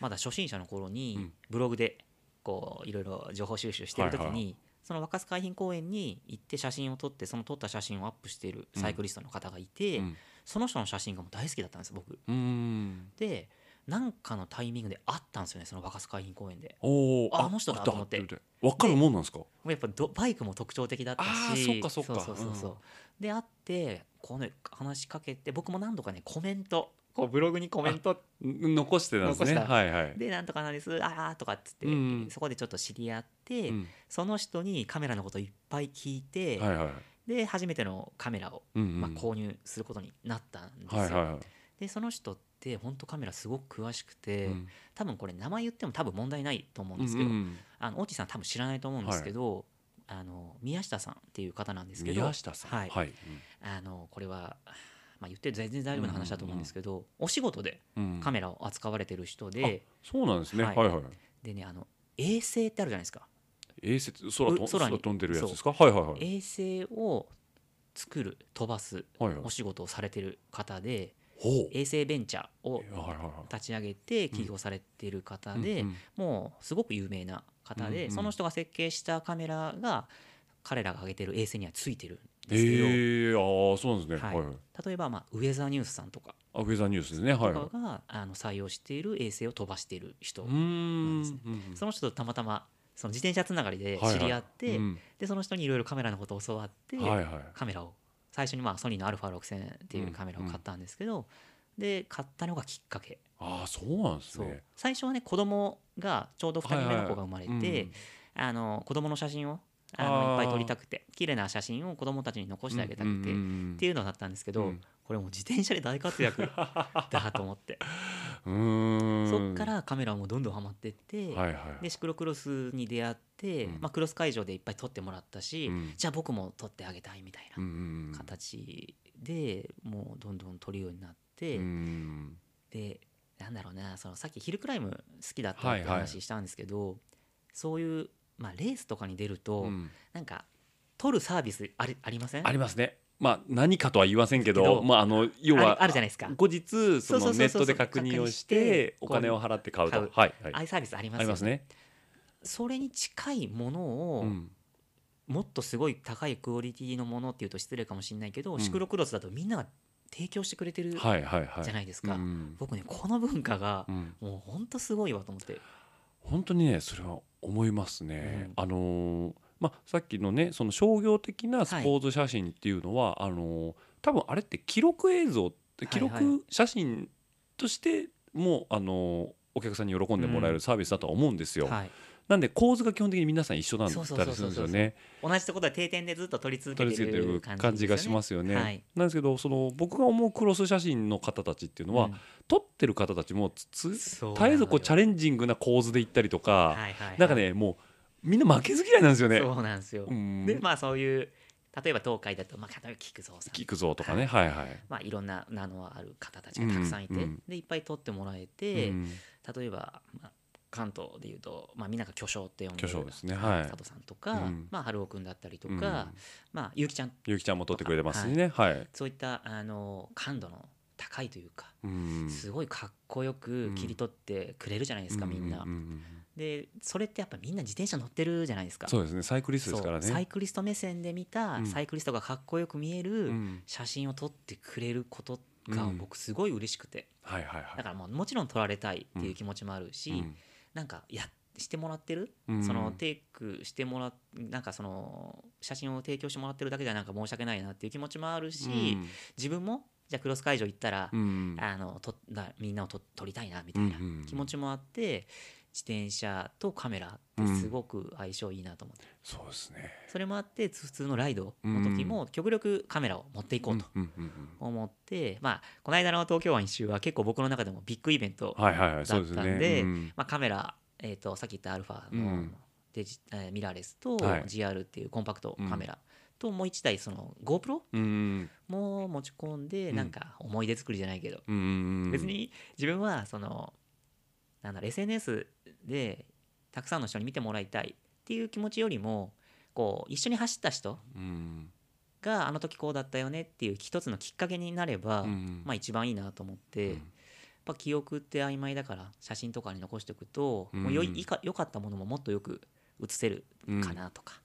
まだ初心者の頃
う
に
ん
ブログでこういろいろ情報収集してる時に、
はいは
その若洲海浜公園に行って写真を撮ってその撮った写真をアップしているサイクリストの方がいて、
えうん
その人の写真がもう大好きだったんです僕。
うん
でなんかのタイミングで会ったんですよねその若洲海浜公園で。
おお
ああの人だと思って
分かるもんなんですか
もうやっぱどバイクも特徴的だったし
あーそっかそっか
そうそうそうそう
う
で会ってこの話しかけて僕も何度かねコメントこうブログにコメント
ん残してなんですね
残した
はいはい
で「なんとかなんですああ」とかっつって、
うん
そこでちょっと知り合って、
うん
その人にカメラのこといっぱい聞いて、
はいはい
で初めてのカメラを、
うんうん
まあ、購入することになったんですよ。
はいはいはい
でその人って本当カメラすごく詳しくて、
うん
多分これ名前言っても多分問題ないと思うん
う
で
ん
すけど、
うん
あのオーチさん多分知らないと思うんですけど、あの宮下さんっていう方なんですけど
宮下さん
はい
はい
あのこれは、まあ、言って全然大丈夫な話だと思うんですけど、お仕事で
うん
カメラを扱われてる人で、
そうなんですねは
はいい
はい
でねあの衛星ってあるじゃないですか
衛星空と
う
空
空に
飛んでるやつですかはいはいはい
衛星を作る飛ばす
はいはい
お仕事をされてる方で
ほう
衛星ベンチャーを
はいはいはい
立ち上げて起業されてる方で
うんうん
もうすごく有名な方
うんう
で
ん
その人が設計したカメラが彼らが上げてる衛星にはついてるんですけど
ええああそうなんですねは
はいい
はい
例えばまあウェザーニュースさんとか
あウェザーニュースですねはい
と
はい
かがあの採用している衛星を飛ばしている人
うーん
なん
うん
その人とたまたまその自転車つながりで
はいはい
知り合って
うん
でその人にいろいろカメラのことを教わって
はいはい
カメラを最初にまあソニーの α6000 っていうカメラを買ったんですけど、で買ったのがきっかけ
ああそうなんです
そう
ね
最初はね子供がちょうど2人目の子が生まれて、
はいはいうん
あの子供の写真をあ
あー
のいっぱい撮りたくて綺麗な写真を子供たちに残してあげたくて、っていうのだったんですけど、
うん
これもう自転車で大活躍だと思 って
うーん
そっからカメラもどんどんハマってって、
はいはい
でシクロクロスに出会って、
うん
まあ、クロス会場でいっぱい撮ってもらったし、
うん
じゃあ僕も撮ってあげたいみたいな
うんうんうん
形でもうどんどん撮るようになって、
うん
でなんだろうなそのさっきヒルクライム好きだったって
はいはい
話したんですけど、そういう、まあ、レースとかに出ると、
うん
なんか撮るサービスありありません
ありますね。まあ何かとは言いませんけど、
けど
まああの要
あ
は
るあるじゃないですか
後日そ
そうそ
の
うそうそう
ネットで確認をして
確認して
お金を払って買うと。
こう
はいはい。
ああいうサービスあります
あり
よ
ま
ね
すね。
それに近いものを、
うん
もっとすごい高いクオリティのものっていうと失礼かもしれないけど、
うん
シクロクロスだとみんなが提供してくれてるじ
はいはいはい。
ゃないいですか、
うん
僕ねこの文化が
うん
もうほんとすごいわと思って、
本当にねそれは思いますね。
う
あのーまあさっきのねその商業的なスポーツ写真っていうのは、あのー多分あれって記録映像って記
はいはい
録写真としても、あのーお客さんに喜んでもらえるサービスだとは思うんですよ。
はい
なんで構図が基本的に皆さん一緒なんだ
そう
っ
そう
た
そう
りす
そ
る
うん
です
そう
よね。
同じところは定点でずっと撮り続け
取り
て
付けて
る
る
感
感
じ
じ
で
が
す
し
よね
ますよね。
はい
なんですけどその僕が思うクロス写真の方たちっていうのは、撮ってる方たちもつつ
そうな
絶
のよ
えずこうチャレンジングな構図で行ったりとか、
うんはいはいはい
なんかねもうみんな負けず嫌いなんですよね。
そうなんですよ、
うん
でまあそういう例えば東海だと、まあ、例えば菊蔵さん
行くぞとかね、はいはい。
まあ、いろんな名のある方たちがたくさんいて、
うんうん
でいっぱい撮ってもらえて、
うん
例えば、まあ、関東でいうと、まあ、みんなが巨匠って呼んでる
巨匠ですねはい
佐藤さんとか、
うん
まあ、春尾君だったりとか、
うん
まあ、ゆうきちゃん
ゆうきちゃんも撮ってくれてますしね、はい。
そういったあの感度の高いというか、
うん
すごいかっこよく切り取ってくれるじゃないですか、みんな。
うううん
でそれってやっぱみんな自転車乗ってるじゃないですか。
そうですね、サイクリストですから
そうサイ
ね。
クリスト目線で見
う
た
ん
サイクリストがかっこよく見え
う
る
ん
写真を撮ってくれることが
うん
僕すごい嬉しくて
はいはいは
だ
い
からもうもちろん撮られたいっていう気持ちもあるし、
うん
なんかやしてもらってる、
うん
そのテイクしてもらなんかその写真を提供してもらってるだけじゃなんか申し訳ないなっていう気持ちもあるし、自分もじゃあクロス会場行ったら、
うんうん
あのとなみんなをと撮りたいなみたいな
うんうんうん
気持ちもあって自転車とカメラってすごく相性いいなと思って、
そうですね。
それもあって普通のライドの時も極力カメラを持っていこうと
うんうんうん
思って、まあこの間の東京湾一周は結構僕の中でもビッグイベント、
うんはいはいはい、そうです
だったんで
ね。うん
まあ、カメラ、えー、とさっき言ったアルファ
う
の
ん
デジ、えーミラーレスと
はい
GR っていうコンパクトカメラともう一台その GoPro
うん
も持ち込んで
うん
なんか思い出作りじゃないけど、
うんうん
別に自分はそのなんだろう SNS でたくさんの人に見てもらいたいっていう気持ちよりもこう一緒に走った人
うん
があの時こうだったよねっていう一つのきっかけになれば、
うん
まあ、一番いいなと思って、
うん
やっぱ記憶って曖昧だから写真とかに残しておくと、
うん
もうよいいいか良かったものももっとよく写せるかなとか、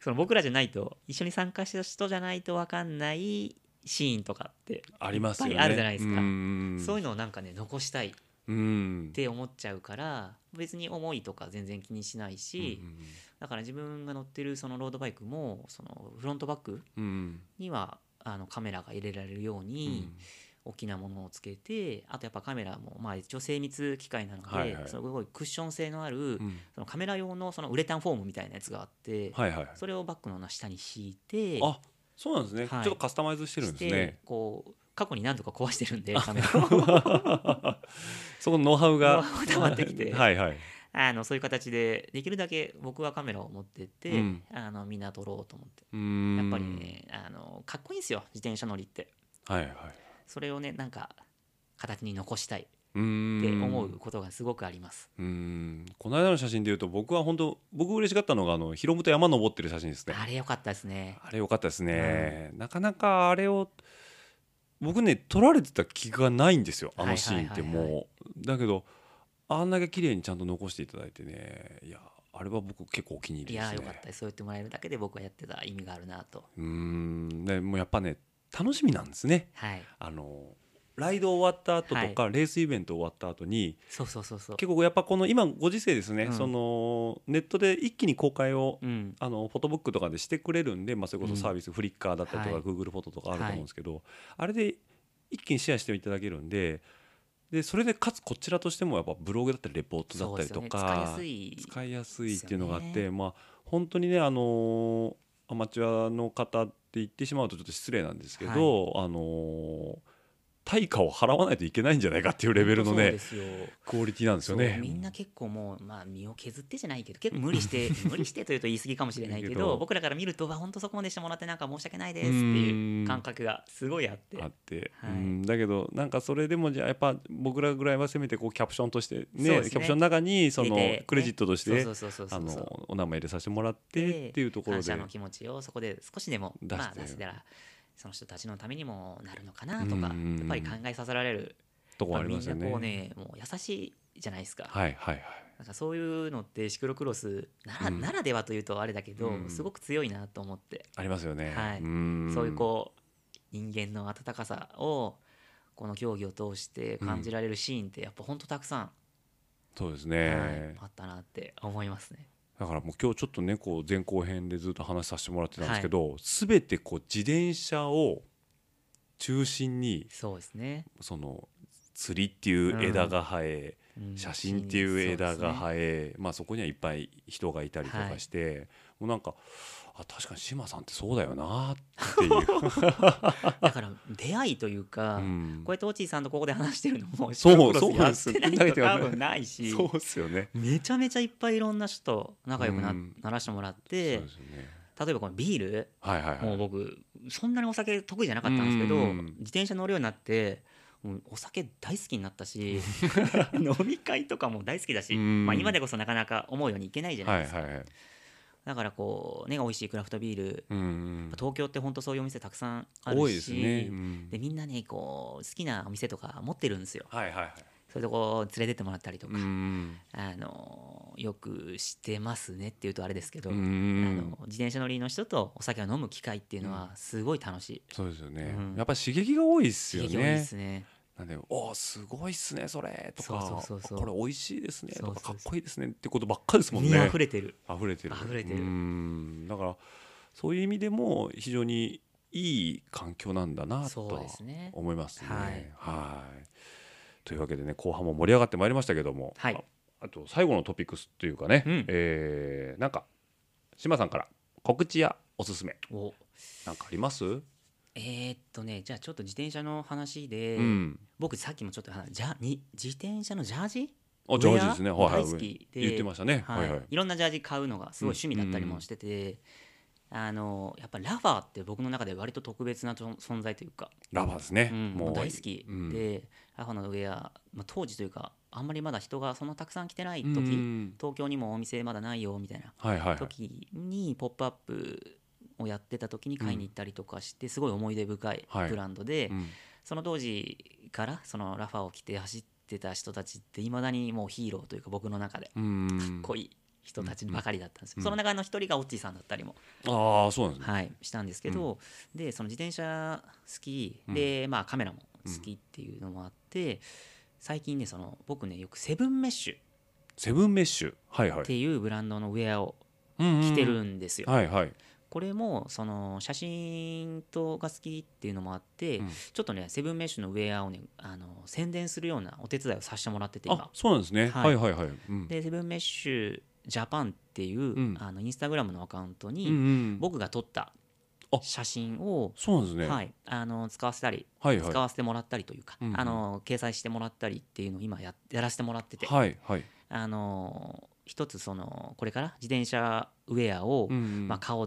その僕らじゃないと一緒に参加した人じゃないと分かんないシーンとかって
ありますよ
いっ
ね。
ぱいあるじゃないですか、
うん
そういうのをなんかね残したいっ
うん
て思っちゃうから別に思いとか全然気にしないし、だから自分が乗ってるそのロードバイクもそのフロントバック
うんうん
にはあのカメラが入れられるよう
うん
に、大きなものをつけてあとやっぱカメラも、まあ、一応精密機械なので、
はいはい
そのすごいクッション性のある、
うん
そのカメラ用のそのウレタンフォームみたいなやつがあって、
はいはい。
それをバッグの下に敷いて
あそうなんですね、
はい
ちょっとカスタマイズしてるんですね。
こう過去に何度か壊してるんでカメラ を
そこのノウハウが
ノウハウ溜まってき て
はいはい。
あのそういう形でできるだけ僕はカメラを持ってって、
うん
あのみんな撮ろうと思って
や
やっぱり。ねあのかっこいいんですよ自転車乗りって
はいはい。
それをねなんか形に残したいって
うーん
思うことがすごくあります、
うーんこの間の写真でいうと僕は本当僕嬉しかったのがあの広むと山登ってる写真ですね
あれ良かったですね
あれ良かったですね、なかなかあれを僕ね撮られてた気がないんですよあのシーンってもう、
はいはい
だけどあんだけ綺麗にちゃんと残していただいてねいやあれは僕結構お気に入
い
りで
や
すね
ーよかったですそう言ってもらえるだけで僕はやってた意味があるなと
うーんねもうやっぱね楽しみなんですね
はい
あのライド終わった後とか、レースイベント終わった後に
そうそうそうそう
結構やっぱこの今ご時世ですね、
うん
そのネットで一気に公開を、
うん
あのフォトブックとかでしてくれるんで、まあ、それこそサービス、フリッカーだったりとか、
はい
Google フォトとかあると思うんですけど、あれで一気にシェアしていただけるんででそれでかつこちらとしてもやっぱブログだったりレポートだ
そ
っ
う
た
で
り
す
と
よね
か、
使いやすい
使いやすいっていうのがあっ
です
て、まあ本当にねあのーアマチュアの方って言ってしまうとちょっと失礼なんですけど、あのー対価を払わないといけないんじゃないかっていうレベルの
そう
ね
ですよ
クオリティなんですよね
そう。みんな結構もう、まあ、身を削ってじゃないけど結構無理して無理してというと言い過ぎかもしれない け
けど
ど僕らから見るとわ本当そこまでしてもらってなんか申し訳ないですっていう感覚がすごいあって
あって、
はい
うん、だけどなんかそれでもじゃあやっぱ僕らぐらいはせめてこうキャプションとして
そう
ね
ですね
キャプションの中にそ
入
の
れてね
クレジットとし
そう
て
そうそうそうそ
あ
う
の
そう
お名前入れさせてもらってっていうところ
感
で
謝の気持ちをそこで少しでも
出して
まあ、出せたらその人たちのためにもなるのかなと
う
かや
んうんうん
っぱり考えさせられる
ところあり
み
ま
ん
すよ
な
ね。
こうねもう優しいじゃないですか、
はいはいはい。
なんかそういうのってシクロクロスなら,、
うん
ならではというとあれだけど、
うん
すごく強いなと思って、
ありますよね。
はい
ん
そういうこう人間の温かさをこの競技を通して感じられるシーンってやっぱほんとたくさん、
そうです
はい
ね、
あったなって思いますね。
だからもう今日ちょっとねこう前後編でずっと話させてもらってたんですけど、すべてこう自転車を中心に
そうですね
その釣りっていう枝が生え、
うん
写真っていう枝が
そう
生え、まあ、そこにはいっぱい人がいたりとかして、もうなんかあ確かに志麻さんってそうだよなって いう、
ですねだから出会いというか、
うん
こうやってオチーさんとここで話してるのも
そう
シロクロス
そうなんですよ
やってないと多分ないし
そうですよね。
めちゃめちゃいっぱいいろんな人と仲良くな,、
うん
ならしてもらっ
そう
て
ですよね
例えばこのビール
はいはいはい
もう僕そんなにお酒得意じゃなかったんですけど
うん
自転車乗るようになってもうお酒大好きになった し飲み会とかも大好きだし、
うん
まあ、今でこそなかなか思うようにいけないじゃない
はい
ですか、
はいはい
だからこうね美味しいクラフトビール
うんうん
東京って本当そういうお店たくさんあるし
多いですね。うん
でみんなねこう好きなお店とか持ってるんですよ
はいはいはい。
そういうとこ連れてってもらったりとか、
うん
あのよくしてますねっていうとあれですけど、
うんう
あ
んうん
の自転車乗りの人とお酒を飲む機会っていうのはすごい楽しい、
そうですよね、
うん
やっぱ刺激が多いですよ
刺
ね。
激多いですね
なんで「おーすごいっすねそれ」とか
そうそうそうそう
これ美味しいですね」と
そう
か「か
そう
っ
そう
こいいですね」ってことばっかりですもん
に
ね。
溢れてる
溢れてる
溢れてる
うんだからそういう意味でも非常にいい環境なんだなと
そうで
は
すね
思いますね。
はい
はいというわけでね後半も盛り上がってまいりましたけども、
はい
ああと最後のトピックスというかね、
うん
えーなんか島さんから告知やおすすめ
お
なんかあります、
えーっとねじゃあちょっと自転車の話で、
うん、
僕さっきもちょっと話じゃに自転車のジャージ
あジャージですね、
ウェ
は
ア
いはい、
大好きで
言ってましたね、
はい、
はい
い
はい、
ろんなジャージ買うのがすごい趣味だったりもしてて、あのやっぱラファーって僕の中で割と特別なと存在というか、
ラバーですね、
うん
もう
大好きで、
うん
ラファーのウェア、まあ、当時というかあんまりまだ人がそんなたくさん来てない時、
うん
東京にもお店まだないよみたいな
はいはいはい
時に「ポップアップをやってた時に買いに行ったりとかして、すごい思い出深い
はい
ブランドで、
うん
その当時からそのラファーを着て走ってた人たちっていまだにもうヒーローというか僕の中で
うん
かっこいい人たちばかりだったんですよ、
うん
その中の一人がオッチーさんだったりも、
ああそうなんですね、
はい、したんですけど、でその自転車好きで、まあ、カメラも好きっていうのもあって、最近ねその僕ねよくセブンメッシュっ
セブンメッシュはいはい
ていうブランドのウェアを
着
着てるんですよ。
はいはい
これもその写真とが好きっていうのもあって、
うん
ちょっとねセブンメッシュのウェアをねあの宣伝するようなお手伝いをさせてもらってて今
あそうなんですね
は
はいいはいはいうん
でセブンメッシュジャパンっていう、
ん
あのインスタグラムのアカウント
うんう
に
ん
僕が撮った
あ
写真を、
そうなんですねは
はいい、あの使わせたり、
はい
使わせてもらったりというか、
うんうん
あの掲載してもらったりっていうのを今ややらせてもらってて、
はいはい
あの一つそのこれから自転車ウェアを、
うんうん
まあ、買おうっ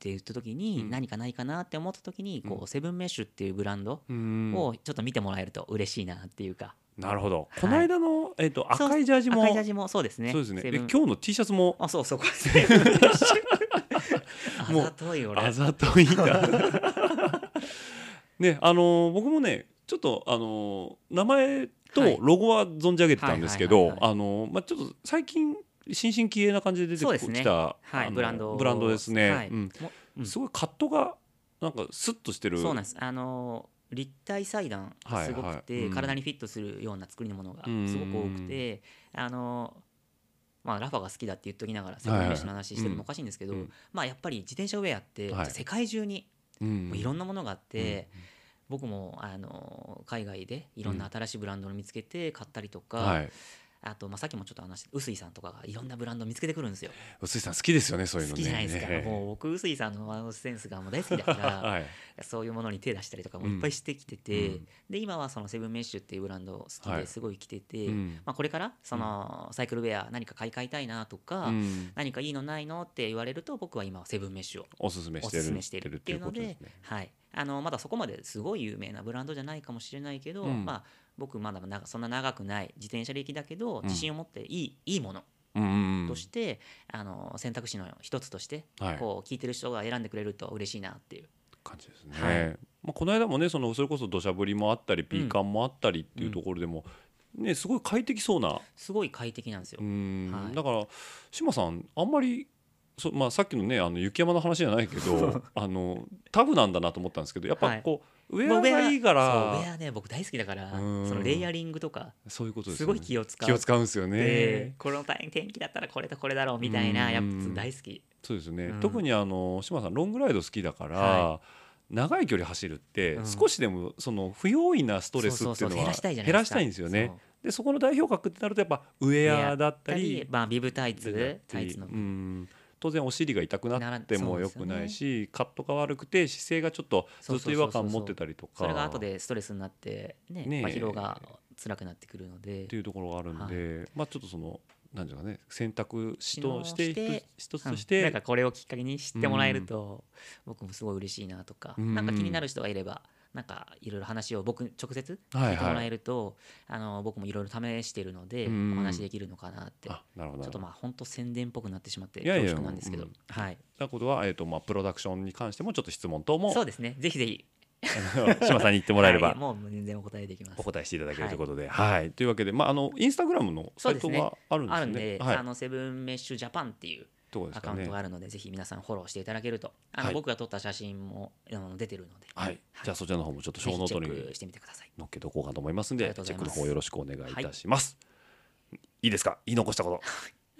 て言った時に、
うん
何かないかなって思った時にこう、セブンメッシュっていうブランド
うん
をちょっと見てもらえると嬉しいなっていうか、
なるほど
い
この間のえっと
そう
赤いジャージも
赤いジャージもそうですね
そうですね
セ
え
ブ
今
ン
日の T シャツも
あそうそうこれセブンメッシュ
もう
あざとい俺
あざといん だねあのー僕もねちょっとあのー名前
はい
とロゴは存じ上げてたんですけど
はいはいはい
あのーまあちょっと最近新進気鋭な感じで出て
そうで
こ
すね
きた
は
あ
い、
の
ブランド
ブランドですね、
はい
うん
もうん
すごいカットがなんかスッとしてる
そうなんですあの立体裁断がすごくて、
はいはいうん
体にフィットするような作りのものが
うん
すごく多くてあのまあ、ラファが好きだって言っときながらセブンメッシュの話してるのおかしいんですけど、
うん
まあ、やっぱり自転車ウェアって、
はい
世界中に
うん
もういろんなものがあって、
うん
僕もあの海外でいろんな新しいブランドを見つけて買ったりとか、
はい
あと、まあ、さっきもちょっと話した臼井さんとかがいろんなブランドを見つけてくるんですよ、
臼井さん好きですよねそういうの
好
ね
きじゃないですか、
ね
もう僕臼井さんのあのセンスがもう大好きだから、
はい
そういうものに手出したりとかもいっぱいしてきてて、
うん
で今はそのセブンメッシュっていうブランド好き
は
で
い
すごい来てて、
うん
まあ、これからそのサイクルウェア何か買い替えたいなとか、
うん
何かいいのないのって言われると僕は今はセブンメッシュを
おすすめ
お
して
す
る
すめしてるっていうので
ってことすね
はい、あのまだそこまですごい有名なブランドじゃないかもしれないけど、
うん
まあ、僕まだなそんな長くない自転車歴だけど
ん
自信を持っていい,、いいもの
うんうんうん
として、あの選択肢の一つとして、
はい
こう聞いてる人が選んでくれると嬉しいなっていう。
感じですね、
はい
まあ、この間もねそのそれこそ土砂降りもあったりピーカンもあったりっていうところでも、ね、すごい快適そうな
すごい快適なんですよ
う。ん、
はい
だから志麻さんあんまりそ、まあ、さっきのねあの雪山の話じゃないけ どあのタフなんだなと思ったんですけどやっ
は
ぱ
い
こう、
まあ
ウェアがいいか
そうウェ
ら
アね僕大好きだから
うん
そのレイヤリングとか
そういうことです
す
よ
ご
ね
い気を使う
気を使うんですよ
で
ね。
この天気だったらこれとこれだろうみたいな
うん
やつ大好き
そうですね、
うん
特にあの志麻さんロングライド好きだから、
は
長い距離走るって
うん
少しでもその不用意なストレス
そ
っていう
そ
の
うそう減
は
らしたいじゃない
減らしたいんですよね。でそこの代表格ってなるとやっぱウェアだっ
そ
た
う
り
まあビブタイツタ
タ
イ
イ
ツ
ツ
の
のうん当然お尻が痛くなっても良くないし、カットが悪くて姿勢がちょっとずっと違和感持ってたりとか
それが後でストレスになってね
ねえ
まあ、疲労が辛くなってくるの
っ
で
ていうところがあるんで、まあちょっとその何ていうかね選択肢とし
し
て
て
一つ
うん
として、
なんかこれをきっかけに知ってもらえると、僕もすごい嬉しいなとか、
うん
なんか気になる人がいればなんかいろいろ話を僕直接
は
聞
い
いても
は
ら
い
えると、あの僕もいろいろ試しているので、
うん
お話できるのかなってち
あなるほど
ょっとまあ本当宣伝っぽくなってしまって
いやいや
恐縮なんですけど
うん
はい、
なことは、えーとまあ、プロダクションに関してもちょっと質問等も
そうですねぜひぜひ
あ の島さんに言ってもらえれば、
はいもう全然お答えできます
お答えしていただけるということで、はいというわけで、まあ、あのインスタグラムのサイトがあるんで
あ
す
るん
ね。
で、
はい
あのセブンメッシュジャパンっていう
どうです
アカ
か
ウン
ね
トがあるので、ぜひ皆さんフォローしていただけるとあの、
はい
僕が撮った写真もあの出てるので、
はい、じゃあそちらの方もちょっと
ぜ
小
ひ
ノー
チェ
トに
ックしてみてください。
載っけておこうかと思いますん
あ
で
りがとう
チ
ござ
ェ
い
ッ
ま
ク
す
の方よろしくお願いいたします、い、いですか言い残したこと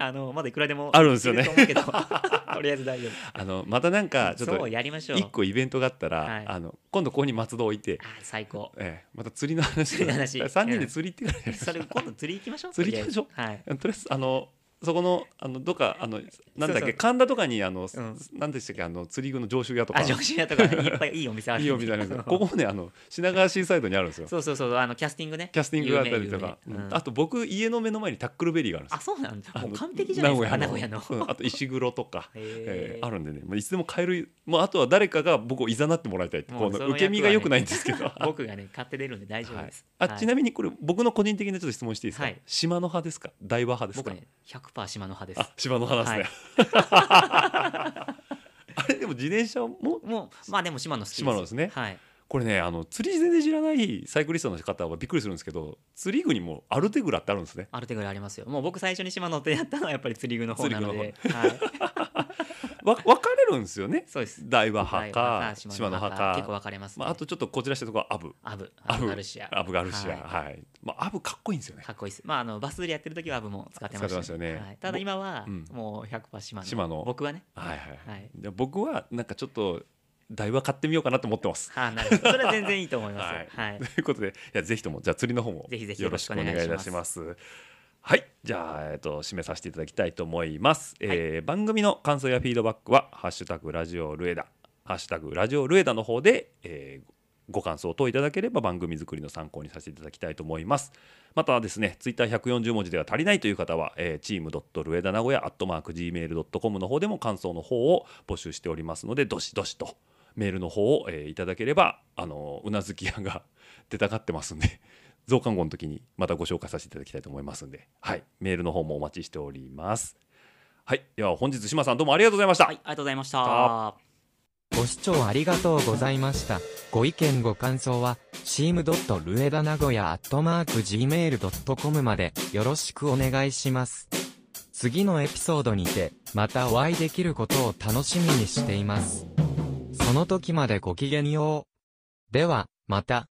あのまだいくらでも
あるんですよね
いけと思うけ どとりあえず大丈
あのまたなんかち
夫。
ょっ
そ
と
うやりましょう。
一個イベントがあったら、
はい
あの今度ここに松戸置いて
あ、最高。
ええ、また釣りの話
釣りの話
3人で釣り行ってからやりましょ
それ今度釣り行きましょう。
釣り行きましょう
とりあえず。はい。
うとりあえずあのそこのあのどっかあのなんだっ
そうそう
け神田とかにあの、
うん
なんでしたっけあの釣り具の常習屋とか
あ、上州屋とかねいっぱいいいお店ある
い
ん
い
で。
よみたいなここもねあの品川シーサイドにあるんですよ
そうそうそうあのキャスティングね。
キャスティングがあったりとか、
有名有名
う
うんん
あと僕家の目の前にタックルベリーがあるんですよ
あ、そうなんだ。
あ
も
の
う完璧じゃないですか。名
名
古
古
屋
屋
の、
の。うんあと石黒とか
へ
えー
ー
あるんでね、まあ、いつでも買える、まあ、あとは誰かが僕をいざなってもらいたいって
も
こ
うそ
の
の役
受け身が
はね
良くないんですけどは
僕がね買って出るんで大丈夫
い
です。
あ
はい
ちなみにこれ僕の個人的なちょっと質問していいですか、
はい
島の派ですか大和派ですか
僕ね100%島の派です
あ島の派ですね、 あれでも自転車も
もうまあでも島の好き
島のですね
はい
これねあの釣り全然知らないサイクリストの方はびっくりするんですけど釣り具にもアルテグラってあるんですね
ある程度ありますよもう僕最初に島のってやったのはやっぱり釣り具の方なのではい、
わ分かれるんですよね
そうです
大和派
は
か
い
島の派
結構
か、
分かれます、ね
まあ、あとちょっとこじらしたとこはアブ
アブ
ア
ア
ブ
ブガルシア
アブガルシア
は
はい、まあ、アブかっこいいんですよね
いかっこいいですまああのバス釣りやってる時はアブも使ってました
使ってましたよね
はい、ただ今は
うん
もう100%島の
島の
僕はね
はいはい、
はい
で僕はなんかちょっと大和買ってみようかなと思ってます
はあなるほどそれは全然いいと思いますよ はい、
ということでいやぜひともじゃあ釣りの方も
ぜひぜひ
よろしくお願いい
よ
た
ろし
し
くお願
ま
い
すはいじゃあ、えっと、締めさせていただきたいと思います、えー番組の感想やフィードバックは「ハッシュタグラジオルエダ」「ハッシュタグラジオルエダ」の方で、えーご感想等いただければ番組作りの参考にさせていただきたいと思いますまたですねツイッター140文字では足りないという方は、えー、チームルエダ名古屋 gmail.com の方でも感想の方を募集しておりますのでどしどしとメールの方を、えーいただければあのうなずき屋が出たがってますんで増刊号の時にまたご紹介させていただきたいと思いますんで、はい、メールの方もお待ちしておりますはいでは本日島さんどうもありがとうございました、
はい、ありがとうございました
あ
ご視聴ありがとうございました。ご意見ご感想は、team.rueda-nagoya.gmail.com までよろしくお願いします。次のエピソードにて、またお会いできることを楽しみにしています。その時までごきげんよう。では、また。